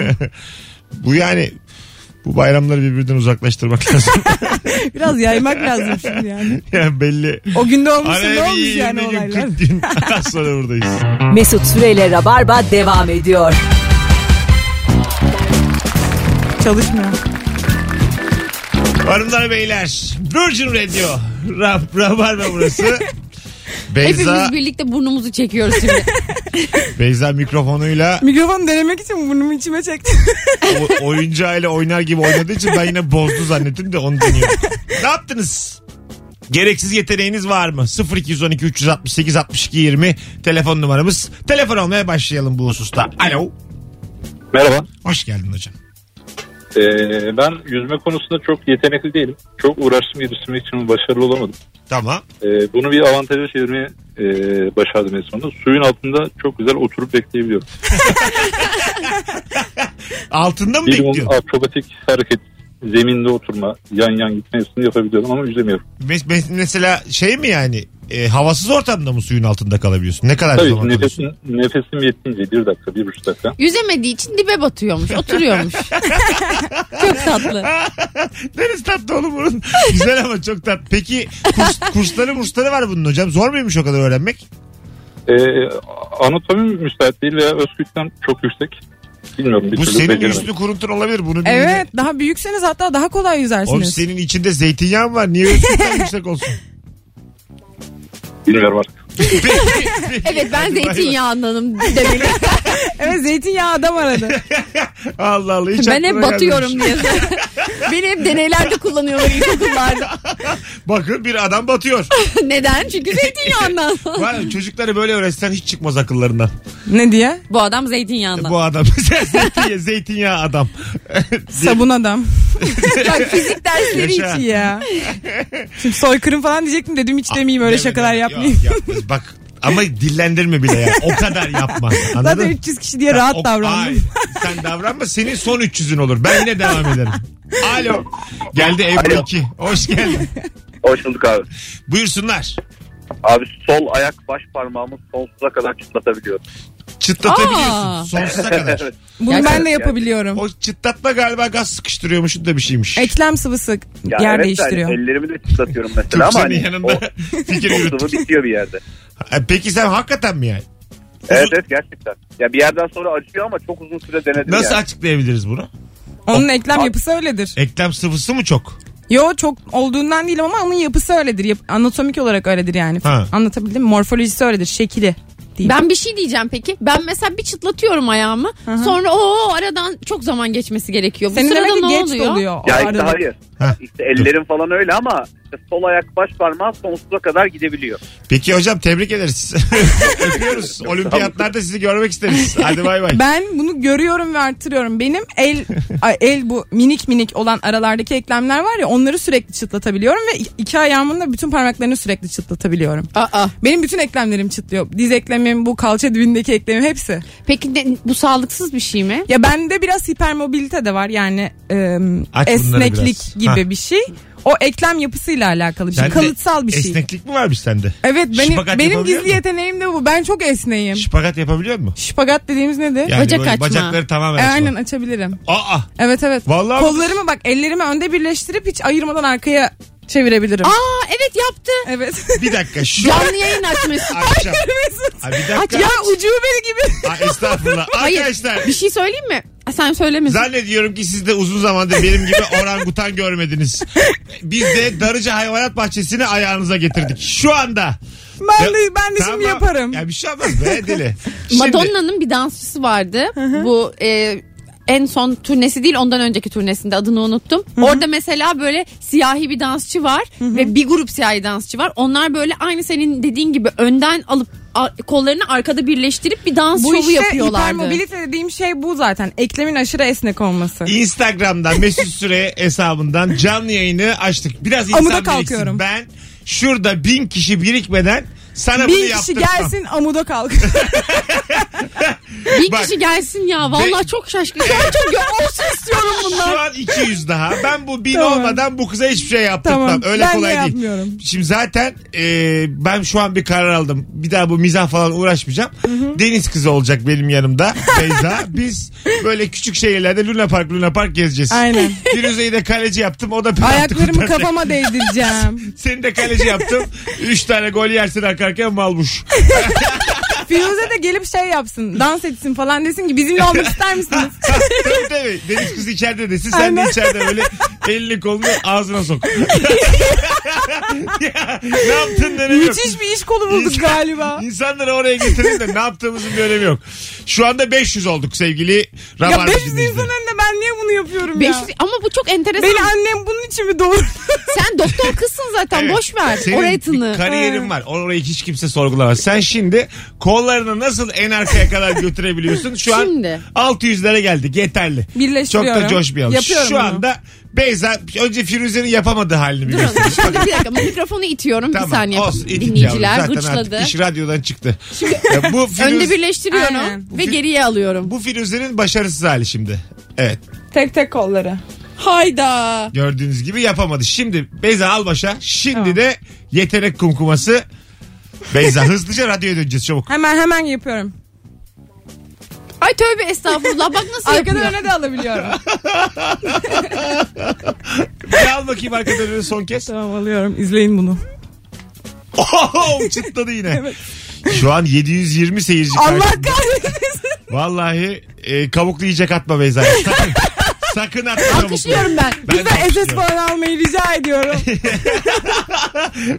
[SPEAKER 2] Bu yani bu bayramları birbirinden uzaklaştırmak lazım.
[SPEAKER 4] Biraz yaymak lazım şimdi yani.
[SPEAKER 2] yani belli.
[SPEAKER 4] O günde olmuşsa ne
[SPEAKER 2] Araya bir
[SPEAKER 4] olmuş
[SPEAKER 2] 20
[SPEAKER 4] yani
[SPEAKER 2] gün,
[SPEAKER 4] olaylar?
[SPEAKER 2] 40 gün. Az sonra buradayız.
[SPEAKER 1] Mesut Süreyle Rabarba devam ediyor.
[SPEAKER 4] Çalışmıyor.
[SPEAKER 2] Hanımlar beyler Virgin Radio. Rab, Rabarba burası.
[SPEAKER 3] Hepimiz
[SPEAKER 2] Beyza,
[SPEAKER 3] birlikte burnumuzu çekiyoruz şimdi.
[SPEAKER 2] Beyza mikrofonuyla
[SPEAKER 4] Mikrofonu denemek için burnumu içime çektim.
[SPEAKER 2] o, oyuncağıyla oynar gibi oynadığı için ben yine bozdu zannettim de onu deniyorum. ne yaptınız? Gereksiz yeteneğiniz var mı? 0212 368 62 20 telefon numaramız. Telefon almaya başlayalım bu hususta. Alo.
[SPEAKER 6] Merhaba.
[SPEAKER 2] Hoş geldin hocam.
[SPEAKER 6] Ee, ben yüzme konusunda çok yetenekli değilim. Çok uğraştım yüzmek için başarılı olamadım.
[SPEAKER 2] Tamam.
[SPEAKER 6] Ee, bunu bir avantaja çevirmeye e, başardım en sonunda. Suyun altında çok güzel oturup bekleyebiliyorum.
[SPEAKER 2] Altında mı
[SPEAKER 6] Bir onun
[SPEAKER 2] bekliyorsun?
[SPEAKER 6] akrobatik hareket zeminde oturma, yan yan gitmesini yapabiliyorum ama yüzemiyorum.
[SPEAKER 2] Mes- mes- mesela şey mi yani? E, havasız ortamda mı suyun altında kalabiliyorsun? Ne kadar
[SPEAKER 6] Tabii
[SPEAKER 2] zaman kalıyorsun?
[SPEAKER 6] nefesim, nefesim yettiğince bir dakika, bir buçuk dakika.
[SPEAKER 3] Yüzemediği için dibe batıyormuş. Oturuyormuş. Çok tatlı.
[SPEAKER 2] Deniz tatlı oğlum bunun. Güzel ama çok tatlı. Peki kurs, kursları mursları var bunun hocam. Zor muymuş o kadar öğrenmek?
[SPEAKER 6] Ee, anatomi müsait değil veya öz kütlem çok yüksek. Bilmiyorum bir
[SPEAKER 2] Bu
[SPEAKER 6] türlü
[SPEAKER 2] senin
[SPEAKER 6] beceremedim.
[SPEAKER 2] üstü kuruntun olabilir. Bunu bir-
[SPEAKER 4] Evet daha büyükseniz hatta daha kolay
[SPEAKER 2] Oğlum
[SPEAKER 4] yüzersiniz.
[SPEAKER 2] senin içinde zeytinyağı mı var? Niye ölçüden yüksek olsun?
[SPEAKER 6] Bilmiyorum artık.
[SPEAKER 3] Evet ben zeytinyağındanım demeli.
[SPEAKER 4] Evet zeytinyağı adam aradı.
[SPEAKER 2] Allah Allah. Hiç
[SPEAKER 3] ben hep
[SPEAKER 2] aklına
[SPEAKER 3] batıyorum
[SPEAKER 2] gelmemiş.
[SPEAKER 3] diye. Beni hep deneylerde kullanıyorlar ilkokullarda.
[SPEAKER 2] Bakın bir adam batıyor.
[SPEAKER 3] Neden? Çünkü zeytinyağından.
[SPEAKER 2] Var ya, çocukları böyle öğretsen hiç çıkmaz akıllarından.
[SPEAKER 4] Ne diye?
[SPEAKER 3] Bu adam
[SPEAKER 2] E,
[SPEAKER 3] zeytinyağından.
[SPEAKER 2] Bu adam. zeytinyağı, zeytinyağı adam.
[SPEAKER 4] Sabun adam.
[SPEAKER 3] Bak fizik dersleri
[SPEAKER 2] Yaşa. Ah,
[SPEAKER 3] için.
[SPEAKER 4] ya. Şimdi soykırım falan diyecektim dedim hiç demeyeyim öyle
[SPEAKER 2] Deme,
[SPEAKER 4] şakalar
[SPEAKER 2] deme.
[SPEAKER 4] yapmayayım.
[SPEAKER 2] Yok, yapma. Bak ama dillendirme bile ya. O kadar yapma. Anladın?
[SPEAKER 4] Zaten 300 kişi diye
[SPEAKER 2] Sen
[SPEAKER 4] rahat
[SPEAKER 2] o- Ay,
[SPEAKER 4] davrandım.
[SPEAKER 2] sen davranma senin son 300'ün olur. Ben yine devam ederim. Alo. Geldi Ebru 2. Hoş geldin.
[SPEAKER 8] Hoş bulduk abi.
[SPEAKER 2] Buyursunlar.
[SPEAKER 8] Abi sol ayak baş parmağımı sonsuza kadar çıtlatabiliyorum.
[SPEAKER 2] Çıtlatabiliyorsun
[SPEAKER 3] Aa.
[SPEAKER 2] sonsuza kadar.
[SPEAKER 8] Evet.
[SPEAKER 4] Bunu ben de yapabiliyorum.
[SPEAKER 2] O çıtlatma galiba gaz sıkıştırıyormuşun da bir şeymiş.
[SPEAKER 4] Eklem sıvısı
[SPEAKER 8] Ya
[SPEAKER 4] yer
[SPEAKER 8] evet de
[SPEAKER 4] değiştiriyor.
[SPEAKER 8] Hani ellerimi de çıtlatıyorum mesela ama
[SPEAKER 2] Türkçenin
[SPEAKER 8] hani
[SPEAKER 2] yanında
[SPEAKER 8] o,
[SPEAKER 2] fikir
[SPEAKER 8] o
[SPEAKER 2] yürüttük.
[SPEAKER 8] sıvı bitiyor bir yerde.
[SPEAKER 2] E, Peki sen hakikaten mi yani?
[SPEAKER 8] Evet evet gerçekten. Ya bir yerden sonra acıyor ama çok uzun süre denedim
[SPEAKER 2] Nasıl
[SPEAKER 8] yani.
[SPEAKER 2] açıklayabiliriz bunu?
[SPEAKER 4] Onun eklem yapısı öyledir.
[SPEAKER 2] Eklem sıvısı mı çok?
[SPEAKER 4] Yo çok olduğundan değil ama onun yapısı öyledir. Yap- anatomik olarak öyledir yani.
[SPEAKER 2] Ha.
[SPEAKER 4] Anlatabildim mi? Morfolojisi öyledir. Şekili. Değil.
[SPEAKER 3] Ben bir şey diyeceğim peki. Ben mesela bir çıtlatıyorum ayağımı. Sonra o aradan çok zaman geçmesi gerekiyor. Bu
[SPEAKER 4] Senin
[SPEAKER 3] sırada
[SPEAKER 4] demek ki
[SPEAKER 3] ne
[SPEAKER 4] geç
[SPEAKER 3] oluyor?
[SPEAKER 4] oluyor. o
[SPEAKER 8] Ya işte
[SPEAKER 4] arada.
[SPEAKER 8] hayır.
[SPEAKER 2] Ha.
[SPEAKER 8] İşte ellerim falan öyle ama işte sol ayak baş parmağı sonsuza kadar gidebiliyor.
[SPEAKER 2] Peki hocam tebrik ederiz. Öpüyoruz. Olimpiyatlarda sizi görmek isteriz. Hadi bay bay.
[SPEAKER 4] Ben bunu görüyorum ve artırıyorum. Benim el ay, el bu minik minik olan aralardaki eklemler var ya onları sürekli çıtlatabiliyorum ve iki ayağımın da bütün parmaklarını sürekli çıtlatabiliyorum.
[SPEAKER 3] Aa.
[SPEAKER 4] Benim bütün eklemlerim çıtlıyor. Diz eklemim, bu kalça dibindeki eklemim hepsi.
[SPEAKER 3] Peki ne- bu sağlıksız bir şey mi?
[SPEAKER 4] Ya bende biraz hipermobilite de var yani e,
[SPEAKER 2] Aç bunları
[SPEAKER 4] esneklik
[SPEAKER 2] biraz.
[SPEAKER 4] gibi
[SPEAKER 2] Ha.
[SPEAKER 4] bir şey. O eklem yapısıyla alakalı bir şey.
[SPEAKER 2] Sende
[SPEAKER 4] Kalıtsal bir şey.
[SPEAKER 2] Esneklik mi varmış sende?
[SPEAKER 4] Evet
[SPEAKER 2] Şıpagat
[SPEAKER 4] benim benim
[SPEAKER 2] yapabiliyor
[SPEAKER 4] gizli
[SPEAKER 2] musun?
[SPEAKER 4] yeteneğim de bu. Ben çok esneyim.
[SPEAKER 2] Şıpagat yapabiliyor musun?
[SPEAKER 4] Şipagat dediğimiz nedir?
[SPEAKER 2] Yani
[SPEAKER 3] Bacak
[SPEAKER 2] böyle
[SPEAKER 3] açma.
[SPEAKER 2] Bacakları tamamen
[SPEAKER 4] E,
[SPEAKER 2] açma.
[SPEAKER 4] Aynen açabilirim.
[SPEAKER 2] Aa
[SPEAKER 4] Evet evet.
[SPEAKER 2] Vallahi-
[SPEAKER 4] Kollarımı bak ellerimi önde birleştirip hiç ayırmadan arkaya çevirebilirim.
[SPEAKER 3] Aa evet yaptı.
[SPEAKER 4] Evet.
[SPEAKER 2] bir dakika şu
[SPEAKER 3] Canlı yayın açmış.
[SPEAKER 2] akşam.
[SPEAKER 4] Mesut.
[SPEAKER 2] Ay, bir
[SPEAKER 4] Aç
[SPEAKER 2] dakika.
[SPEAKER 4] ya ucube gibi.
[SPEAKER 2] Ay, estağfurullah.
[SPEAKER 3] Hayır.
[SPEAKER 2] Arkadaşlar
[SPEAKER 3] Bir şey söyleyeyim mi? Ha, Sen söylemesin.
[SPEAKER 2] Zannediyorum ki siz de uzun zamandır benim gibi orangutan görmediniz. Biz de Darıca Hayvanat Bahçesi'ni ayağınıza getirdik. Şu anda.
[SPEAKER 4] Ben de, ben de
[SPEAKER 2] Tamam.
[SPEAKER 4] şimdi yaparım.
[SPEAKER 2] Ya bir şey yapmaz be deli. Şimdi,
[SPEAKER 3] Madonna'nın bir dansçısı vardı. Bu e, en son turnesi değil ondan önceki turnesinde adını unuttum. Orada mesela böyle siyahi bir dansçı var ve bir grup siyahi dansçı var. Onlar böyle aynı senin dediğin gibi önden alıp a- kollarını arkada birleştirip bir dans
[SPEAKER 4] bu
[SPEAKER 3] şovu
[SPEAKER 4] işte
[SPEAKER 3] yapıyorlardı.
[SPEAKER 4] hipermobilite dediğim şey bu zaten. Eklemin aşırı esnek olması.
[SPEAKER 2] Instagram'dan Mesut Süre hesabından canlı yayını açtık. Biraz insan
[SPEAKER 4] Amuda
[SPEAKER 2] biriksin.
[SPEAKER 4] kalkıyorum.
[SPEAKER 2] Ben şurada bin kişi birikmeden sana bunu
[SPEAKER 4] Bir kişi
[SPEAKER 2] yaptırtmam.
[SPEAKER 4] gelsin amuda kalk.
[SPEAKER 3] Bir
[SPEAKER 2] Bak.
[SPEAKER 3] kişi gelsin ya. Vallahi
[SPEAKER 2] Ve-
[SPEAKER 3] çok şaşkın. Ben çok olsun istiyorum
[SPEAKER 2] Şu
[SPEAKER 3] bunlar.
[SPEAKER 2] an iki 200 daha. Ben bu 1000
[SPEAKER 4] Tamam.
[SPEAKER 2] olmadan bu kıza hiçbir şey yaptırtmam.
[SPEAKER 4] Tamam.
[SPEAKER 2] Öyle
[SPEAKER 4] ben de
[SPEAKER 2] kolay değil.
[SPEAKER 4] yapmıyorum.
[SPEAKER 2] Şimdi zaten e, ben şu an bir karar aldım. Bir daha bu mizah falan uğraşmayacağım. Deniz kızı olacak benim yanımda Beyza. Biz böyle küçük şehirlerde Luna Park Luna Park gezeceğiz.
[SPEAKER 4] Aynen.
[SPEAKER 2] Firuze'yi de kaleci yaptım. O da penaltı
[SPEAKER 4] Ayaklarımı
[SPEAKER 2] kurtaracak.
[SPEAKER 4] kafama değdireceğim.
[SPEAKER 2] Seni de kaleci yaptım. Üç tane gol yersin akarken malmuş.
[SPEAKER 4] Firuze de gelip şey yapsın. Dans etsin falan desin ki bizimle olmak ister misiniz?
[SPEAKER 2] tabii tabii. Deniz kızı içeride desin. Sen de
[SPEAKER 4] Aynen.
[SPEAKER 2] içeride böyle elini kolunu ağzına sok. ya, ne yaptın ne yok.
[SPEAKER 4] Müthiş bir iş kolu bulduk galiba.
[SPEAKER 2] İnsanları oraya getirin de ne yaptığımızın bir önemi yok. Şu anda 500 olduk sevgili
[SPEAKER 4] Ya
[SPEAKER 2] Rabarba
[SPEAKER 4] 500
[SPEAKER 2] dinleyicileri.
[SPEAKER 4] insan önünde ben niye bunu yapıyorum ya?
[SPEAKER 3] 500 ama bu çok enteresan.
[SPEAKER 4] Beni annem bunun için mi doğurdu?
[SPEAKER 3] Sen doktor kızsın zaten
[SPEAKER 2] Evet.
[SPEAKER 3] boş ver
[SPEAKER 2] Senin
[SPEAKER 3] oraya
[SPEAKER 2] bir
[SPEAKER 3] tını. Ee.
[SPEAKER 2] kariyerin var. Orayı hiç kimse sorgulamaz. Sen şimdi kollarını nasıl en arkaya kadar götürebiliyorsun? Şu an
[SPEAKER 3] Şimdi.
[SPEAKER 2] 600'lere geldik. Yeterli. Çok
[SPEAKER 4] Birleştiriyorum.
[SPEAKER 2] da coşmayalım.
[SPEAKER 4] Yapıyorum
[SPEAKER 2] Şu
[SPEAKER 4] bunu.
[SPEAKER 2] anda Beyza önce Firuze'nin yapamadığı halini bir
[SPEAKER 3] Durun
[SPEAKER 2] göster.
[SPEAKER 3] şimdi bir dakika mikrofonu itiyorum bir saniye.
[SPEAKER 2] olsun, edit
[SPEAKER 3] Dinleyiciler
[SPEAKER 2] yavrum. Zaten
[SPEAKER 3] gıçladı.
[SPEAKER 2] artık iş radyodan çıktı. Ya bu,
[SPEAKER 3] Önde
[SPEAKER 2] Firuz,
[SPEAKER 3] birleştiriyorum
[SPEAKER 4] Aynen.
[SPEAKER 3] ve geriye alıyorum.
[SPEAKER 2] bu Firuze'nin başarısız hali şimdi. Evet.
[SPEAKER 4] Tek tek kolları.
[SPEAKER 3] Hayda.
[SPEAKER 2] Gördüğünüz gibi yapamadı. Şimdi Beyza al başa. Şimdi de yetenek kumkuması. Beyza hızlıca radyoya döneceğiz çabuk.
[SPEAKER 4] Hemen hemen yapıyorum.
[SPEAKER 3] Ay tövbe estağfurullah bak nasıl
[SPEAKER 4] Arkadan
[SPEAKER 3] yapıyor.
[SPEAKER 4] öne de alabiliyorum.
[SPEAKER 2] Bir al bakayım arkadan öyle son kez.
[SPEAKER 4] tamam alıyorum. İzleyin bunu.
[SPEAKER 2] Oho, Oh, çıtladı yine. Şu an 720 seyirci
[SPEAKER 4] Allah
[SPEAKER 2] karşımda.
[SPEAKER 4] kahretsin.
[SPEAKER 2] Vallahi e, kabuklu yiyecek atma Beyza. Sakın, sakın atma kabuklu.
[SPEAKER 3] Alkışlıyorum ben.
[SPEAKER 2] Ben de
[SPEAKER 4] Lütfen SS
[SPEAKER 2] alkışlıyorum.
[SPEAKER 4] falan almayı rica ediyorum.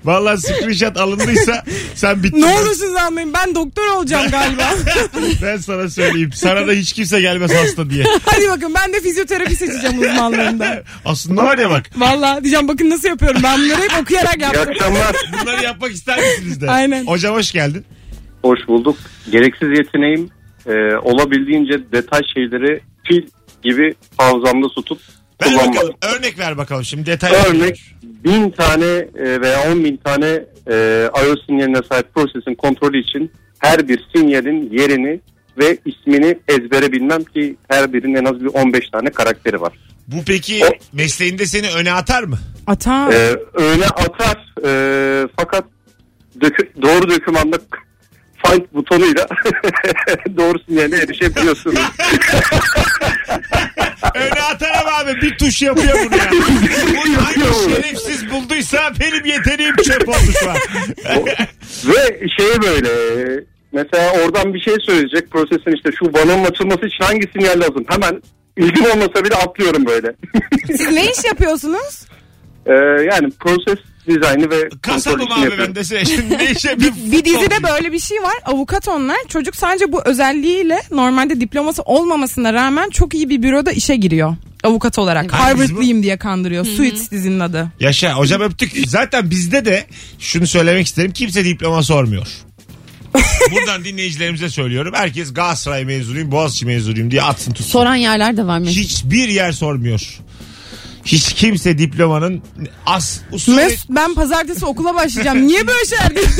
[SPEAKER 2] Vallahi screenshot alındıysa sen bittin.
[SPEAKER 4] ne olursunuz almayın. Ben doktor olacağım galiba.
[SPEAKER 2] ben sana söyleyeyim. Sana da hiç kimse gelmez hasta diye.
[SPEAKER 4] Hadi bakın ben de fizyoterapi seçeceğim uzmanlarından.
[SPEAKER 2] Aslında var ya bak.
[SPEAKER 4] Vallahi diyeceğim bakın nasıl yapıyorum. Ben bunları hep okuyarak
[SPEAKER 8] İyi
[SPEAKER 4] yaptım.
[SPEAKER 8] akşamlar.
[SPEAKER 2] Bunları yapmak ister misiniz de?
[SPEAKER 4] Aynen.
[SPEAKER 2] Hocam hoş geldin.
[SPEAKER 8] Hoş bulduk. Gereksiz yeteneğim e, olabildiğince detay şeyleri fil gibi havzamda tutup
[SPEAKER 2] Ver
[SPEAKER 8] kullanmak.
[SPEAKER 2] bakalım. Örnek ver bakalım şimdi detay.
[SPEAKER 8] Örnek bin tane e, veya on bin tane e, IO sinyaline sahip prosesin kontrolü için her bir sinyalin yerini ve ismini ezbere bilmem ki her birinin en az bir 15 tane karakteri var.
[SPEAKER 2] Bu peki mesleğinde seni öne atar mı?
[SPEAKER 4] Ata.
[SPEAKER 8] Ee, öyle atar e, fakat dökü- doğru dökümanda k- find butonuyla doğru sinyaline erişebiliyorsunuz.
[SPEAKER 2] Öne atar ama abi bir tuş yapıyor bunu ya. Bunu hangi şerefsiz bulduysa benim yeteneğim çöp oldu şu an.
[SPEAKER 8] ve şey böyle e, mesela oradan bir şey söyleyecek prosesin işte şu balonun açılması için hangi sinyal lazım hemen ilgim olmasa bile atlıyorum böyle.
[SPEAKER 4] Siz ne iş yapıyorsunuz?
[SPEAKER 8] Ee, yani proses dizaynı ve
[SPEAKER 2] Kasa
[SPEAKER 8] kontrol
[SPEAKER 2] mı
[SPEAKER 8] işini
[SPEAKER 2] abi
[SPEAKER 8] yapıyorum.
[SPEAKER 2] ben desene şimdi ne işe
[SPEAKER 4] Bir, bir dizide böyle bir şey var. Avukat onlar. Çocuk sadece bu özelliğiyle normalde diploması olmamasına rağmen çok iyi bir büroda işe giriyor. Avukat olarak.
[SPEAKER 2] Hangisi bu?
[SPEAKER 4] Harvard'lıyım diye kandırıyor. Suits dizinin adı.
[SPEAKER 2] Yaşa hocam öptük. Zaten bizde de şunu söylemek isterim. Kimse diploma sormuyor. Buradan dinleyicilerimize söylüyorum. Herkes Galatasaray mezunuyum, Boğaziçi mezunuyum diye atsın tutsun.
[SPEAKER 3] Soran yerler de var mı?
[SPEAKER 2] Hiçbir yer sormuyor. Hiç kimse diplomanın as usulü
[SPEAKER 4] Mes ben pazartesi okula başlayacağım. Niye böyle şeyler diyorsun?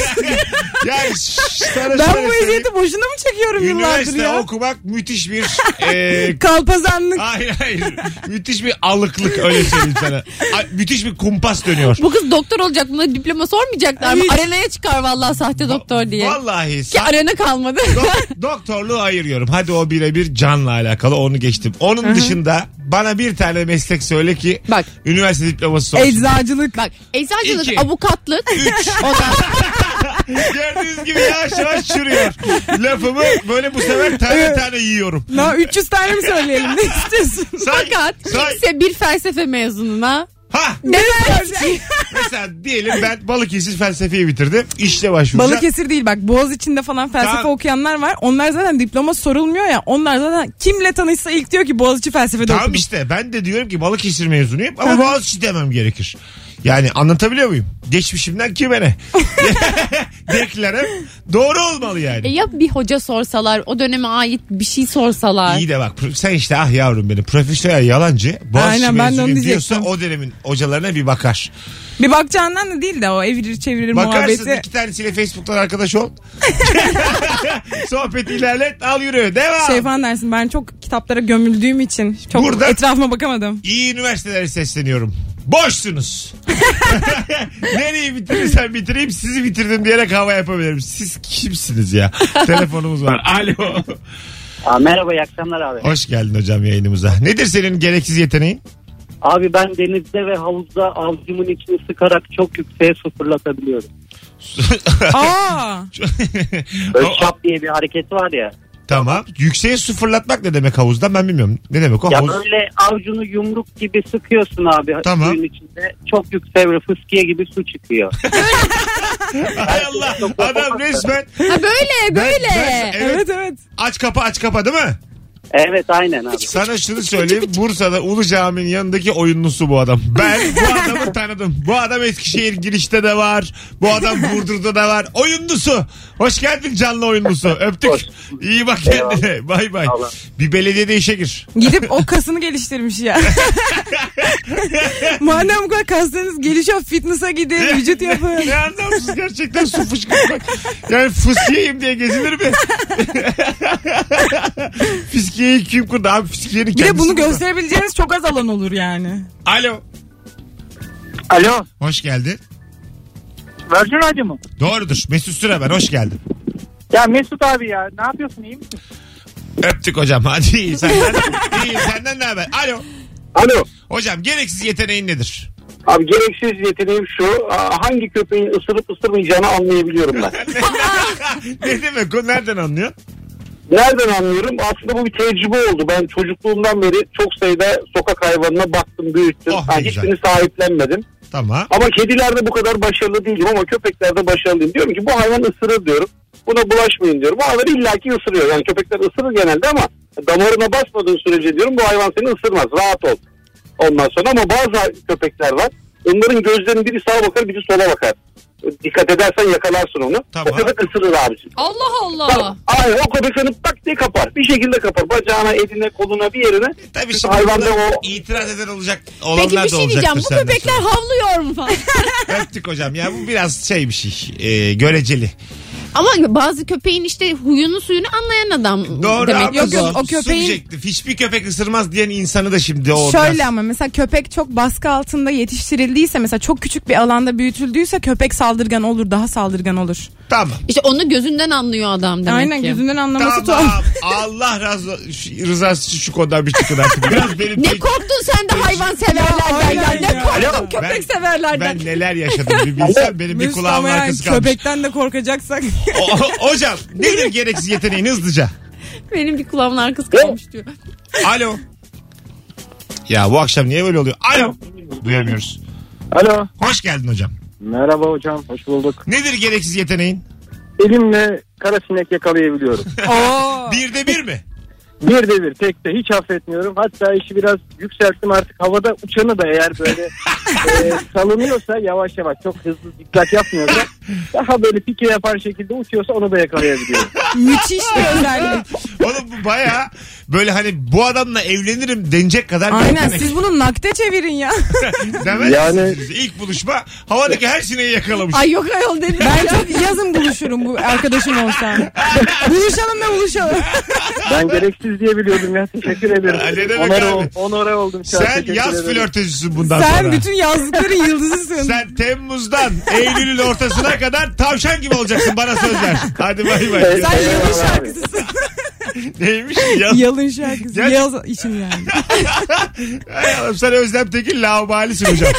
[SPEAKER 2] yani şş, sana şöyle
[SPEAKER 4] ben bu
[SPEAKER 2] söyleyeyim.
[SPEAKER 4] eziyeti boşuna mı çekiyorum yıllardır
[SPEAKER 2] Üniversite
[SPEAKER 4] ya?
[SPEAKER 2] okumak müthiş bir e,
[SPEAKER 4] Kalpazanlık.
[SPEAKER 2] hayır hayır müthiş bir alıklık öyle söyleyeyim sana. Ay, müthiş bir kumpas dönüyor.
[SPEAKER 3] Bu kız doktor olacak buna diploma sormayacaklar mı?
[SPEAKER 4] Ay.
[SPEAKER 3] Arenaya çıkar vallahi sahte doktor diye.
[SPEAKER 2] Vallahi
[SPEAKER 3] Ki
[SPEAKER 2] sa-
[SPEAKER 3] arena kalmadı.
[SPEAKER 2] dok- doktorluğu ayırıyorum. Hadi o birebir canla alakalı onu geçtim. Onun dışında bana bir tane meslek söyle ki
[SPEAKER 3] Bak.
[SPEAKER 2] üniversite diploması sorsun.
[SPEAKER 4] Eczacılık.
[SPEAKER 3] Bak eczacılık,
[SPEAKER 2] İki.
[SPEAKER 3] avukatlık.
[SPEAKER 2] Gördüğünüz gibi yavaş yavaş çürüyor. Lafımı böyle bu sefer tane tane yiyorum.
[SPEAKER 4] Na 300 tane mi söyleyelim? Ne istiyorsun?
[SPEAKER 2] Say,
[SPEAKER 3] Fakat
[SPEAKER 2] say.
[SPEAKER 3] kimse bir felsefe mezununa
[SPEAKER 2] Ha, mesela diyelim ben Balıkesir felsefeyi bitirdim. İşle başvuracağım.
[SPEAKER 4] Balıkesir değil bak Boğaz içinde falan felsefe
[SPEAKER 2] Tamam.
[SPEAKER 4] okuyanlar var. Onlar zaten diploma sorulmuyor ya. Onlar zaten kimle tanışsa ilk diyor ki Boğaziçi felsefede
[SPEAKER 2] Tamam
[SPEAKER 4] okudum.
[SPEAKER 2] işte ben de diyorum ki Balıkesir mezunuyum ama Boğaziçi demem gerekir. Yani anlatabiliyor muyum? Geçmişimden kime ne? Deklarım doğru olmalı yani.
[SPEAKER 3] E ya bir hoca sorsalar o döneme ait bir şey sorsalar.
[SPEAKER 2] İyi de bak sen işte ah yavrum benim profesyonel yalancı. Boğaziçi
[SPEAKER 4] Aynen, ben de onu
[SPEAKER 2] mezunuyum diyorsa
[SPEAKER 4] diyecektim.
[SPEAKER 2] o dönemin hocalarına bir bakar.
[SPEAKER 4] Bir bakacağından da değil de o evirir çevirir
[SPEAKER 2] Bakarsın
[SPEAKER 4] muhabbeti.
[SPEAKER 2] iki tanesiyle Facebook'tan arkadaş ol. Sohbeti ilerlet al yürü devam.
[SPEAKER 4] Şey falan dersin ben çok kitaplara gömüldüğüm için çok
[SPEAKER 2] Burada-
[SPEAKER 4] etrafıma bakamadım.
[SPEAKER 2] İyi üniversitelere sesleniyorum. Boşsunuz. Nereyi bitirirsen bitireyim sizi bitirdim diyerek hava yapabilirim. Siz kimsiniz ya? Telefonumuz var. Alo.
[SPEAKER 5] Aa, merhaba iyi akşamlar abi.
[SPEAKER 2] Hoş geldin hocam yayınımıza. Nedir senin gereksiz yeteneğin?
[SPEAKER 5] Abi ben denizde ve havuzda avcumun içini sıkarak çok yükseğe su fırlatabiliyorum.
[SPEAKER 4] Aa,
[SPEAKER 5] Böyle şap diye bir hareket var ya.
[SPEAKER 2] tamam. Yükseğe su fırlatmak ne demek havuzdan ben bilmiyorum. Ne demek o
[SPEAKER 5] Ya
[SPEAKER 2] havuz?
[SPEAKER 5] böyle avcunu yumruk gibi sıkıyorsun abi
[SPEAKER 2] Tamam.
[SPEAKER 5] suyun içinde. Çok yükseğe böyle fıskiye gibi su çıkıyor. şey
[SPEAKER 2] Hay Allah. Adam resmen.
[SPEAKER 3] Ha böyle böyle.
[SPEAKER 2] ben- evet.
[SPEAKER 4] evet evet.
[SPEAKER 2] Aç kapa aç kapa değil mi?
[SPEAKER 5] evet aynen abi.
[SPEAKER 2] Sana şunu söyleyeyim. Bursa'da Ulu Cami'nin yanındaki oyunlusu bu adam. Ben bu adamı tanıdım. Bu adam Eskişehir girişte de var. Bu adam Burdur'da da var. Oyunlusu. Hoş geldin canlı oyunlusu. Öptük.
[SPEAKER 5] Hoş
[SPEAKER 2] İyi bak kendine. Bay bay.
[SPEAKER 5] Allah'a.
[SPEAKER 2] Bir belediyede işe gir.
[SPEAKER 4] Gidip o kasını geliştirmiş ya. Madem bu kadar kaslarınız gelişiyor fitness'a gidin vücut yapın.
[SPEAKER 2] ne anlamsız gerçekten su fışkırtmak. Yani fıskiyeyim diye gezilir mi? Fiskiyeyi kim kurdu abi? Fiskiyenin
[SPEAKER 4] Bir de
[SPEAKER 2] kendisi
[SPEAKER 4] bunu
[SPEAKER 2] kurdu.
[SPEAKER 4] gösterebileceğiniz çok az alan olur yani.
[SPEAKER 2] Alo.
[SPEAKER 6] Alo.
[SPEAKER 2] Hoş geldin.
[SPEAKER 6] Virgin Radio mu?
[SPEAKER 2] Doğrudur. Mesut Süre ben. Hoş geldin.
[SPEAKER 6] Ya Mesut abi ya ne yapıyorsun iyi misin?
[SPEAKER 2] Öptük hocam. Hadi iyi. Senden, iyi. Senden ne haber? Alo.
[SPEAKER 8] Alo.
[SPEAKER 2] Hocam gereksiz yeteneğin nedir?
[SPEAKER 8] Abi gereksiz yeteneğim şu. aa, Hangi köpeğin ısırıp ısırmayacağını anlayabiliyorum ben.
[SPEAKER 2] ne demek o? Nereden anlıyorsun?
[SPEAKER 8] Nereden anlıyorum? Aslında bu bir tecrübe oldu. Ben çocukluğumdan beri çok sayıda sokak hayvanına baktım, büyüttüm.
[SPEAKER 2] Oh, ne
[SPEAKER 8] Ha,
[SPEAKER 2] güzel.
[SPEAKER 8] hiçbirini sahiplenmedim.
[SPEAKER 2] Tamam.
[SPEAKER 8] Ama kedilerde bu kadar başarılı değilim ama köpeklerde başarılıyım. Diyorum ki bu hayvan ısırır diyorum. Buna bulaşmayın diyorum. Bu hayvan illaki ısırıyor. Yani köpekler ısırır genelde ama damarına basmadığın sürece diyorum bu hayvan seni ısırmaz. Rahat ol. Ondan sonra ama bazı köpekler var. Onların gözlerinin biri sağa bakar biri sola bakar. Dikkat edersen yakalarsın onu.
[SPEAKER 2] Tamam.
[SPEAKER 8] O köpek ısırır abicim.
[SPEAKER 3] Allah Allah.
[SPEAKER 8] Ay o köpek seni tak diye kapar. Bir şekilde kapar. Bacağına, eline, koluna bir yerine.
[SPEAKER 2] E, Tabii
[SPEAKER 8] Biz
[SPEAKER 2] şimdi
[SPEAKER 8] hayvanda
[SPEAKER 2] burada
[SPEAKER 8] o-
[SPEAKER 2] itiraz eden olacak olanlar
[SPEAKER 3] Peki bir
[SPEAKER 2] da
[SPEAKER 3] şey
[SPEAKER 2] olacaktır
[SPEAKER 3] diyeceğim. Bu
[SPEAKER 2] senden
[SPEAKER 3] köpekler
[SPEAKER 2] sonra.
[SPEAKER 3] havlıyor mu falan?
[SPEAKER 2] Öptük hocam ya bu biraz şey bir şey Ee, göreceli.
[SPEAKER 3] Ama bazı köpeğin işte huyunu suyunu anlayan adam
[SPEAKER 2] Doğru
[SPEAKER 3] demek.
[SPEAKER 2] ama
[SPEAKER 4] Yok, yok,
[SPEAKER 2] bu
[SPEAKER 4] o köpeğin-
[SPEAKER 2] subjektif. Hiçbir köpek ısırmaz diyen insanı da şimdi o biraz-
[SPEAKER 4] Şöyle ama mesela köpek çok baskı altında yetiştirildiyse mesela çok küçük bir alanda büyütüldüyse köpek saldırgan olur daha saldırgan olur.
[SPEAKER 2] Tamam.
[SPEAKER 3] İşte onu gözünden anlıyor adam demek
[SPEAKER 4] Aynen
[SPEAKER 3] ki.
[SPEAKER 4] gözünden anlaması tuhaf.
[SPEAKER 2] Tamam. Allah razı rızası için şu konudan bir çıkın artık. Biraz benim
[SPEAKER 3] Ne korktun sen de hayvan severlerden ya.
[SPEAKER 4] aynen
[SPEAKER 3] Ne
[SPEAKER 4] ya.
[SPEAKER 3] korktun
[SPEAKER 2] Ben-
[SPEAKER 3] köpek severlerden.
[SPEAKER 2] Ben neler yaşadım bir bilsem benim bir
[SPEAKER 4] Mesut
[SPEAKER 2] kulağım
[SPEAKER 4] ama yani
[SPEAKER 2] arkası kalmış.
[SPEAKER 4] Köpekten de korkacaksak.
[SPEAKER 2] O- o- hocam nedir gereksiz yeteneğin hızlıca?
[SPEAKER 3] Benim bir kulağımın arkası kalmış diyor.
[SPEAKER 2] Alo. Ya bu akşam niye böyle oluyor? Alo. Duyamıyoruz.
[SPEAKER 6] Alo.
[SPEAKER 2] Hoş geldin hocam.
[SPEAKER 6] Merhaba hocam hoş bulduk.
[SPEAKER 2] Nedir gereksiz yeteneğin?
[SPEAKER 6] Elimle karasinek yakalayabiliyorum.
[SPEAKER 4] Oo.
[SPEAKER 2] Birde bir mi?
[SPEAKER 6] Bir de bir tekte hiç affetmiyorum. Hatta işi biraz yükselttim artık havada uçanı da eğer böyle e, salınıyorsa yavaş yavaş çok hızlı dikkat yapmıyorsa daha böyle pike yapar şekilde uçuyorsa onu da yakalayabiliyorum.
[SPEAKER 4] Müthiş bir özellik.
[SPEAKER 2] Oğlum bu baya böyle hani bu adamla evlenirim denecek kadar bir
[SPEAKER 4] Aynen
[SPEAKER 2] yetenek.
[SPEAKER 4] siz bunu nakde çevirin ya.
[SPEAKER 2] Demez
[SPEAKER 6] Yani-
[SPEAKER 2] misiniz? İlk buluşma havadaki her sineği yakalamış.
[SPEAKER 3] Ay yok ayol dedi.
[SPEAKER 4] Ben çok yazın buluşurum bu arkadaşım olsam. buluşalım da buluşalım.
[SPEAKER 6] Ben gereksiz diye biliyordum ya teşekkür ederim.
[SPEAKER 2] Aa, ne demek
[SPEAKER 6] Onore
[SPEAKER 2] abi?
[SPEAKER 6] ol- Onore oldum. şu an.
[SPEAKER 2] Sen
[SPEAKER 6] Teşekkür
[SPEAKER 2] yaz
[SPEAKER 6] ederim.
[SPEAKER 2] flörtözcüsün bundan
[SPEAKER 4] Sen
[SPEAKER 2] sonra.
[SPEAKER 4] bütün yazlıkların yıldızısın.
[SPEAKER 2] Sen Temmuz'dan Eylül'ün ortasına kadar tavşan gibi olacaksın bana söz ver. Hadi bay
[SPEAKER 8] Ee,
[SPEAKER 2] bay.
[SPEAKER 6] şey
[SPEAKER 4] Sen yalın
[SPEAKER 6] Eyvallah abi.
[SPEAKER 4] şarkıcısın.
[SPEAKER 2] Neymiş ya?
[SPEAKER 4] yalın şarkısı.
[SPEAKER 2] Gerçi-
[SPEAKER 4] Yaz için yani.
[SPEAKER 2] Hay Allah, sen Özlem Tekin laubalisin hocam.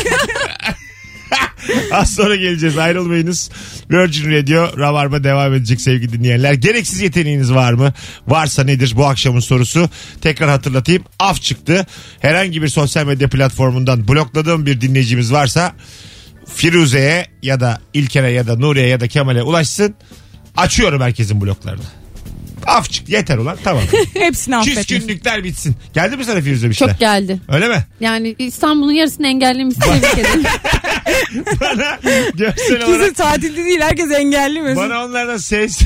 [SPEAKER 2] Az sonra geleceğiz ayrılmayınız. Virgin Radio Rabarba devam edecek sevgili dinleyenler. Gereksiz yeteneğiniz var mı? Varsa nedir bu akşamın sorusu? Tekrar hatırlatayım. Af çıktı. Herhangi bir sosyal medya platformundan blokladığım bir dinleyicimiz varsa Firuze'ye ya da İlker'e ya da Nuri'ye ya da Kemal'e ulaşsın. Açıyorum herkesin bloklarını. Af çıktı yeter ulan tamam.
[SPEAKER 4] Hepsini affetmiş.
[SPEAKER 2] Küskünlükler bitsin. Geldi mi sana Firuze bir şeyler?
[SPEAKER 3] Çok geldi.
[SPEAKER 2] Öyle mi?
[SPEAKER 3] Yani İstanbul'un yarısını engellemiş. Tebrik ederim.
[SPEAKER 2] Bana görsel
[SPEAKER 4] Kimse
[SPEAKER 2] olarak
[SPEAKER 4] tatilde değil herkes engelli mi?
[SPEAKER 2] bana onlardan SS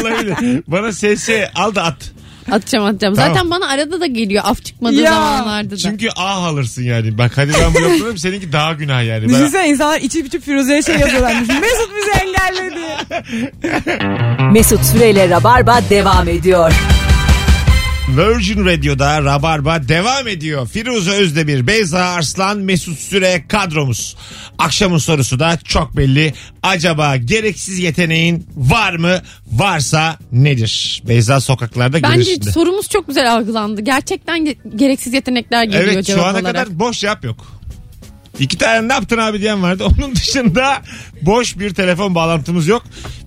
[SPEAKER 2] olabilir. Bana SS al da at.
[SPEAKER 3] Atacağım
[SPEAKER 2] Tamam.
[SPEAKER 3] atacağım. Zaten bana arada da geliyor af çıkmadığı
[SPEAKER 4] Ya,
[SPEAKER 3] zamanlarda da.
[SPEAKER 2] Çünkü ah alırsın yani. Bak hadi ben bloklarım seninki daha günah yani. E Ben-
[SPEAKER 4] Düşünsene insanlar içip içip Firuze'ye şey yazıyorlarmış. Mesut bizi engelledi.
[SPEAKER 1] Mesut Süreyle Rabarba devam ediyor.
[SPEAKER 2] Virgin Radio'da Rabarba devam ediyor. Firuze Özdemir, Beyza Arslan, Mesut Süre kadromuz. Akşamın sorusu da çok belli. Acaba gereksiz yeteneğin var mı? Varsa nedir? Beyza sokaklarda
[SPEAKER 3] Bence
[SPEAKER 2] görür şimdi.
[SPEAKER 3] sorumuz çok güzel algılandı. Gerçekten ge- gereksiz yetenekler geliyor
[SPEAKER 2] Evet
[SPEAKER 3] cevap
[SPEAKER 2] şu ana
[SPEAKER 3] olarak.
[SPEAKER 2] kadar boş cevap yok. İki tane ne yaptın abi diyen vardı. Onun dışında boş bir telefon bağlantımız yok.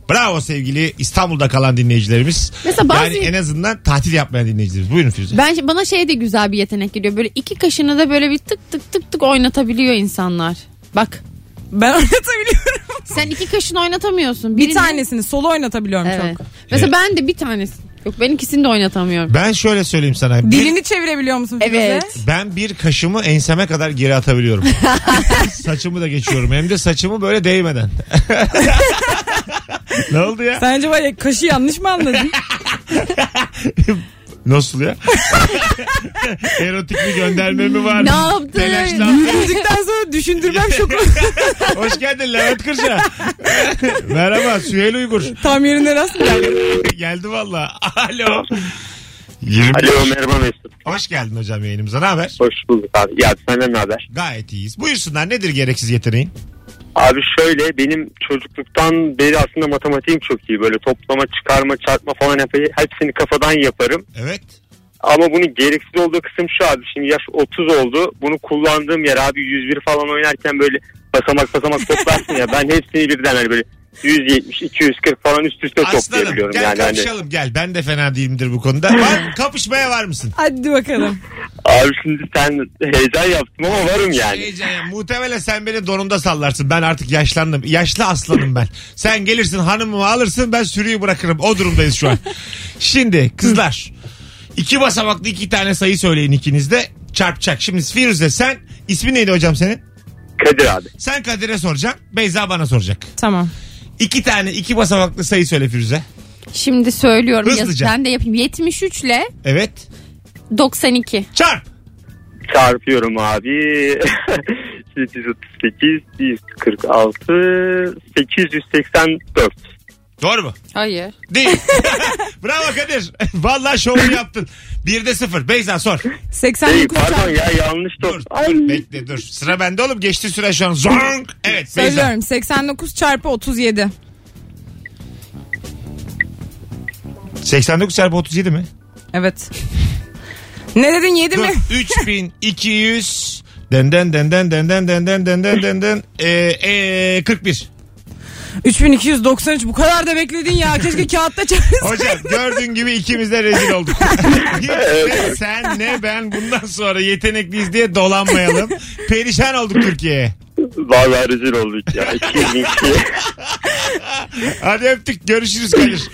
[SPEAKER 2] Bravo sevgili İstanbul'da kalan dinleyicilerimiz.
[SPEAKER 3] Mesela bazı-
[SPEAKER 2] Yani en azından tatil yapmayan dinleyicilerimiz. Buyurun Firuze.
[SPEAKER 3] Bence bana şey de güzel bir yetenek geliyor. Böyle iki kaşını da böyle bir tık tık tık tık oynatabiliyor insanlar. Bak
[SPEAKER 4] Ben oynatabiliyorum.
[SPEAKER 3] sen iki kaşını oynatamıyorsun.
[SPEAKER 4] Bir
[SPEAKER 3] Birini-
[SPEAKER 4] tanesini solo oynatabiliyorum
[SPEAKER 3] Evet.
[SPEAKER 4] çok.
[SPEAKER 2] Şey-
[SPEAKER 3] Mesela ben de bir tanesi. Yok ben ikisini de oynatamıyorum.
[SPEAKER 2] Ben şöyle söyleyeyim sana. Bir-
[SPEAKER 4] Dilini çevirebiliyor musun Firuze?
[SPEAKER 3] Evet.
[SPEAKER 2] Ben bir kaşımı enseme kadar geri atabiliyorum. saçımı da geçiyorum. Hem de saçımı böyle değmeden. ne oldu ya?
[SPEAKER 4] Sen acaba ya- kaşı yanlış mı anladın?
[SPEAKER 2] Nasıl ya? Erotik bir gönderme mi var?
[SPEAKER 3] Ne yaptın?
[SPEAKER 2] Telaşlandın.
[SPEAKER 4] Müzikten sonra düşündürmem şok
[SPEAKER 2] Hoş geldin Levent Kırca. Merhaba Süheyl Uygur.
[SPEAKER 4] Tam yerine rast mı geldi?
[SPEAKER 2] Geldi valla. Alo. 20.
[SPEAKER 8] Alo merhaba Mesut.
[SPEAKER 2] Hoş geldin hocam yayınımıza. Ne haber?
[SPEAKER 8] Hoş bulduk abi. Ya senden ne haber?
[SPEAKER 2] Gayet iyiyiz. Buyursunlar nedir gereksiz yeteneğin?
[SPEAKER 8] Abi şöyle benim çocukluktan beri aslında matematiğim çok iyi. Böyle toplama, çıkarma, çarpma falan hep- hepsini kafadan yaparım.
[SPEAKER 2] Evet.
[SPEAKER 8] Ama bunun gereksiz olduğu kısım şu abi. Şimdi yaş 30 oldu. Bunu kullandığım yer abi 101 falan oynarken böyle basamak basamak toplarsın ya. Ben hepsini birden hani böyle 170, 240 falan üst üste
[SPEAKER 2] Aslanım
[SPEAKER 8] toplayabiliyorum.
[SPEAKER 2] gel
[SPEAKER 8] yani hani.
[SPEAKER 2] kapışalım gel. Ben de fena değilimdir bu konuda. Var, kapışmaya var mısın?
[SPEAKER 4] Hadi bakalım.
[SPEAKER 8] Abi şimdi sen heyecan yaptım ama varım
[SPEAKER 9] Şey-
[SPEAKER 8] yani.
[SPEAKER 2] Heyecan ya. Şey Muhtemelen sen beni donunda sallarsın. Ben artık yaşlandım. Yaşlı aslanım ben. Sen gelirsin hanımımı alırsın ben sürüyü bırakırım. O durumdayız şu an. Şimdi kızlar. iki basamaklı iki tane sayı söyleyin ikiniz de çarpacak. Şimdi Firuze sen ismin neydi hocam senin?
[SPEAKER 8] Kadir abi.
[SPEAKER 2] Sen Kadir'e soracaksın. Beyza bana soracak.
[SPEAKER 4] Tamam.
[SPEAKER 2] İki tane iki basamaklı sayı söyle Firuze.
[SPEAKER 3] Şimdi söylüyorum. ya-
[SPEAKER 2] Hızlıca.
[SPEAKER 3] ben de yapayım. 73 ile
[SPEAKER 2] Evet.
[SPEAKER 3] 92.
[SPEAKER 2] Çarp.
[SPEAKER 8] Çarpıyorum abi. 738, 146, 884.
[SPEAKER 2] Doğru mu?
[SPEAKER 3] Hayır.
[SPEAKER 2] Değil. Bravo Kadir. Vallahi şovunu yaptın. Bir de sıfır. Beyza sor.
[SPEAKER 8] Hey,
[SPEAKER 4] 89
[SPEAKER 8] pardon ya yanlış top.
[SPEAKER 2] Dur,
[SPEAKER 8] Ay.
[SPEAKER 2] dur bekle dur. Sıra bende oğlum geçti süre şu an. Zonk. Evet Beyza.
[SPEAKER 4] Söylüyorum 89 çarpı 37.
[SPEAKER 2] 89 çarpı 37 mi?
[SPEAKER 4] Evet. ne dedin 7
[SPEAKER 2] Dur
[SPEAKER 4] mi?
[SPEAKER 2] 3200 denden denden denden denden denden denden ee, ee, 41.
[SPEAKER 4] 3293 bu kadar da bekledin ya. Keşke kağıtta çarpsaydın.
[SPEAKER 2] Hocam gördüğün gibi ikimiz de rezil olduk. Hiç ne sen ne ben bundan sonra yetenekliyiz diye dolanmayalım. Perişan olduk Türkiye'ye.
[SPEAKER 8] Vallahi rezil olduk ya. İki bin iki.
[SPEAKER 2] Hadi öptük görüşürüz Kadir.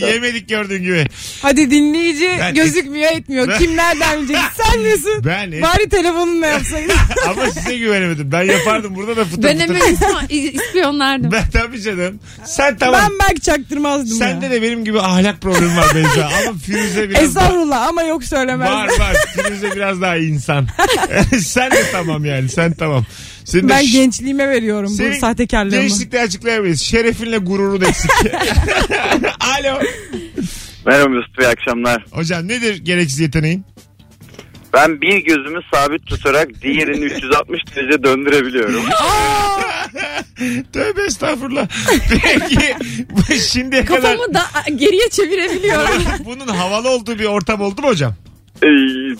[SPEAKER 2] Yemedik gördüğün gibi.
[SPEAKER 4] Hadi dinleyici
[SPEAKER 2] Ben-
[SPEAKER 4] gözükmüyor etmiyor.
[SPEAKER 2] Ben-
[SPEAKER 4] Kim nereden bilecek? Sen misin?
[SPEAKER 2] Ben et-
[SPEAKER 4] Bari telefonunla yapsaydın.
[SPEAKER 2] Ama size güvenemedim. Ben yapardım burada da fıtır
[SPEAKER 3] Ben
[SPEAKER 2] fıtır.
[SPEAKER 3] hemen ismi- ispiyonlardım.
[SPEAKER 2] Ben tabii canım. Sen tamam.
[SPEAKER 4] ben belki çaktırmazdım
[SPEAKER 2] Sende
[SPEAKER 4] ya.
[SPEAKER 2] de benim gibi ahlak problemi var Beyza. Ama Firuze biraz daha...
[SPEAKER 4] Estağfurullah ama yok söylemezdim.
[SPEAKER 2] Var var. Firuze biraz daha insan. sen de tamam yani. Sen tamam. Senin de
[SPEAKER 4] Ben
[SPEAKER 2] ş-
[SPEAKER 4] gençliğime veriyorum bu sahtekarlığımı.
[SPEAKER 2] Gençlikle açıklayamayız. Şerefinle gururun eksik. Alo.
[SPEAKER 9] Merhaba Mesut Bey akşamlar.
[SPEAKER 2] Hocam nedir gereksiz yeteneğin?
[SPEAKER 9] Ben bir gözümü sabit tutarak diğerini 360 derece döndürebiliyorum.
[SPEAKER 2] Tövbe estağfurullah. Peki bu şimdiye kadar
[SPEAKER 3] Kafamı da geriye çevirebiliyorum.
[SPEAKER 2] bunun havalı olduğu bir ortam oldu mu hocam?
[SPEAKER 9] Ee,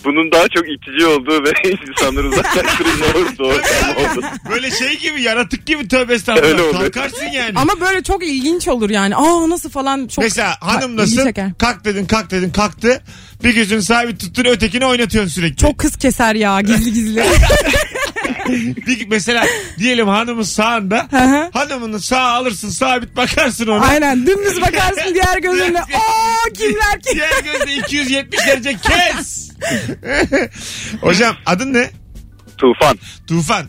[SPEAKER 9] Bunun daha çok itici olduğu ve insanları uzaklaştırıcı olduğu ortam oldu.
[SPEAKER 2] Böyle şey gibi yaratık gibi tövbe estağfurullah.
[SPEAKER 9] Öyle oldu.
[SPEAKER 2] Kalkarsın yani.
[SPEAKER 4] Ama böyle çok ilginç olur yani. Aa nasıl falan çok
[SPEAKER 2] Mesela
[SPEAKER 4] ilgi
[SPEAKER 2] hanımlasın
[SPEAKER 4] çeker.
[SPEAKER 2] kalk dedin kalk dedin kalktı. Bir gözünü sabit tuttun ötekini oynatıyorsun sürekli.
[SPEAKER 4] Çok kız keser ya gizli gizli.
[SPEAKER 2] Bir- Mesela diyelim hanımın sağında. hanımını sağ alırsın sabit bakarsın ona.
[SPEAKER 4] Aynen dümdüz bakarsın diğer gözünle. Oo kimler kim?
[SPEAKER 2] Diğer gözle 270 derece kes. Hocam adın ne?
[SPEAKER 9] Tufan.
[SPEAKER 2] Tufan.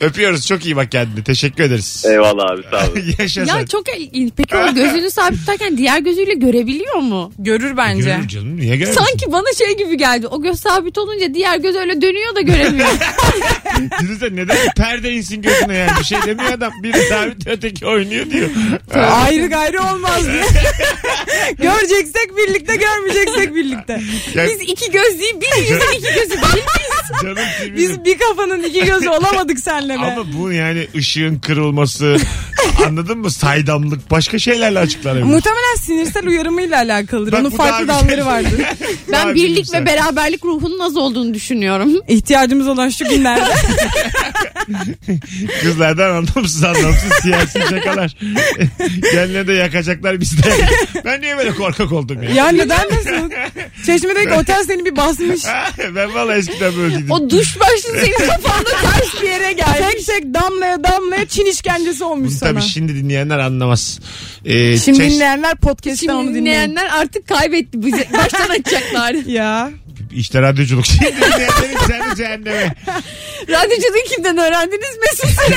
[SPEAKER 2] Öpüyoruz. Çok iyi bak kendine. Teşekkür ederiz.
[SPEAKER 9] Eyvallah abi sağ olun.
[SPEAKER 2] Yaşa sen.
[SPEAKER 3] Ya çok ilginç. Peki o gözünü sabit tutarken diğer gözüyle görebiliyor mu?
[SPEAKER 4] Görür bence.
[SPEAKER 2] Görür canım. Niye görmüş?
[SPEAKER 3] Sanki bana şey gibi geldi. O göz sabit olunca diğer göz öyle dönüyor da göremiyor.
[SPEAKER 2] Düşünsene neden perde insin gözüne yani. Bir şey demiyor adam. Biri sabit öteki oynuyor diyor.
[SPEAKER 4] Ayrı gayrı olmaz diye. Göreceksek birlikte, görmeyeceksek birlikte.
[SPEAKER 2] Ya,
[SPEAKER 3] Biz iki göz değil, bir yüzün iki gözü değil miyiz?
[SPEAKER 2] canım sivrilim.
[SPEAKER 4] Biz bir kafanın iki gözü olamadık senle be.
[SPEAKER 2] Ama bu yani ışığın kırılması anladın mı? Saydamlık başka şeylerle açıklanabilir.
[SPEAKER 4] Muhtemelen sinirsel uyarımıyla alakalıdır.
[SPEAKER 2] Bak,
[SPEAKER 4] Onun
[SPEAKER 2] bu şey- daha
[SPEAKER 4] farklı
[SPEAKER 2] güzel.
[SPEAKER 4] dalları vardır.
[SPEAKER 2] Daha şey.
[SPEAKER 3] Ben birlik
[SPEAKER 2] bilimsel.
[SPEAKER 3] ve beraberlik ruhunun az olduğunu düşünüyorum.
[SPEAKER 4] İhtiyacımız olan şu günlerde.
[SPEAKER 2] Kızlardan anlamsız anlamsız siyasi şakalar. Kendine de yakacaklar bizden. Ben niye böyle korkak oldum ya?
[SPEAKER 4] ya neden Mesut? Çeşmedeki otel seni bir basmış.
[SPEAKER 2] ben vallahi eskiden böyleydim.
[SPEAKER 3] O duş başlığı senin kafanda ters bir yere geldi.
[SPEAKER 4] Tek tek damlaya damlaya Çin işkencesi olmuş
[SPEAKER 2] Bunu
[SPEAKER 4] sana.
[SPEAKER 2] tabii şey- şimdi dinleyenler anlamaz. Ee,
[SPEAKER 4] Şimdi
[SPEAKER 2] çeş-
[SPEAKER 4] dinleyenler podcast'ten
[SPEAKER 3] Şimdi
[SPEAKER 4] onu dinleyin.
[SPEAKER 3] dinleyenler artık kaybetti. Bizi baştan açacaklar.
[SPEAKER 4] Ya.
[SPEAKER 2] İşte radyoculuk. Şimdi dinleyenlerin seni cehenneme.
[SPEAKER 3] Radyocunun kimden öğrendiniz Mesut Süre?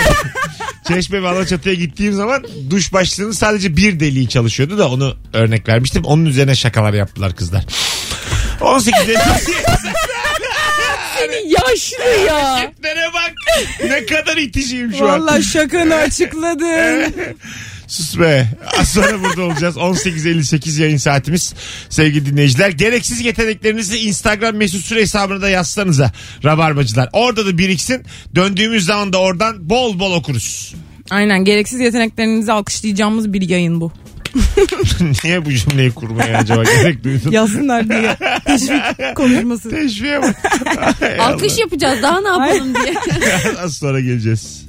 [SPEAKER 2] Çeşme ve Alaçatı'ya gittiğim zaman duş başlığının sadece bir deliği çalışıyordu da onu örnek vermiştim. Onun üzerine şakalar yaptılar kızlar. 18
[SPEAKER 3] Seni yaşlı ya.
[SPEAKER 2] Nereye bak. Ne kadar itişiyim şu an.
[SPEAKER 4] Vallahi şakanı açıkladın.
[SPEAKER 2] Sus be. Az sonra burada olacağız. 18.58 yayın saatimiz. Sevgili dinleyiciler. Gereksiz yeteneklerinizi Instagram mesut süre hesabına da yazsanıza. Rabarbacılar. Orada da biriksin. Döndüğümüz zaman da oradan bol bol okuruz.
[SPEAKER 4] Aynen gereksiz yeteneklerinizi alkışlayacağımız bir yayın bu.
[SPEAKER 2] Niye bu cümleyi kurmaya acaba gerek duydun?
[SPEAKER 4] Yazsınlar diye. Teşvik konuşması.
[SPEAKER 2] Teşviğe bak. Ay Allah.
[SPEAKER 3] Alkış yapacağız daha ne yapalım diye.
[SPEAKER 2] Az sonra geleceğiz.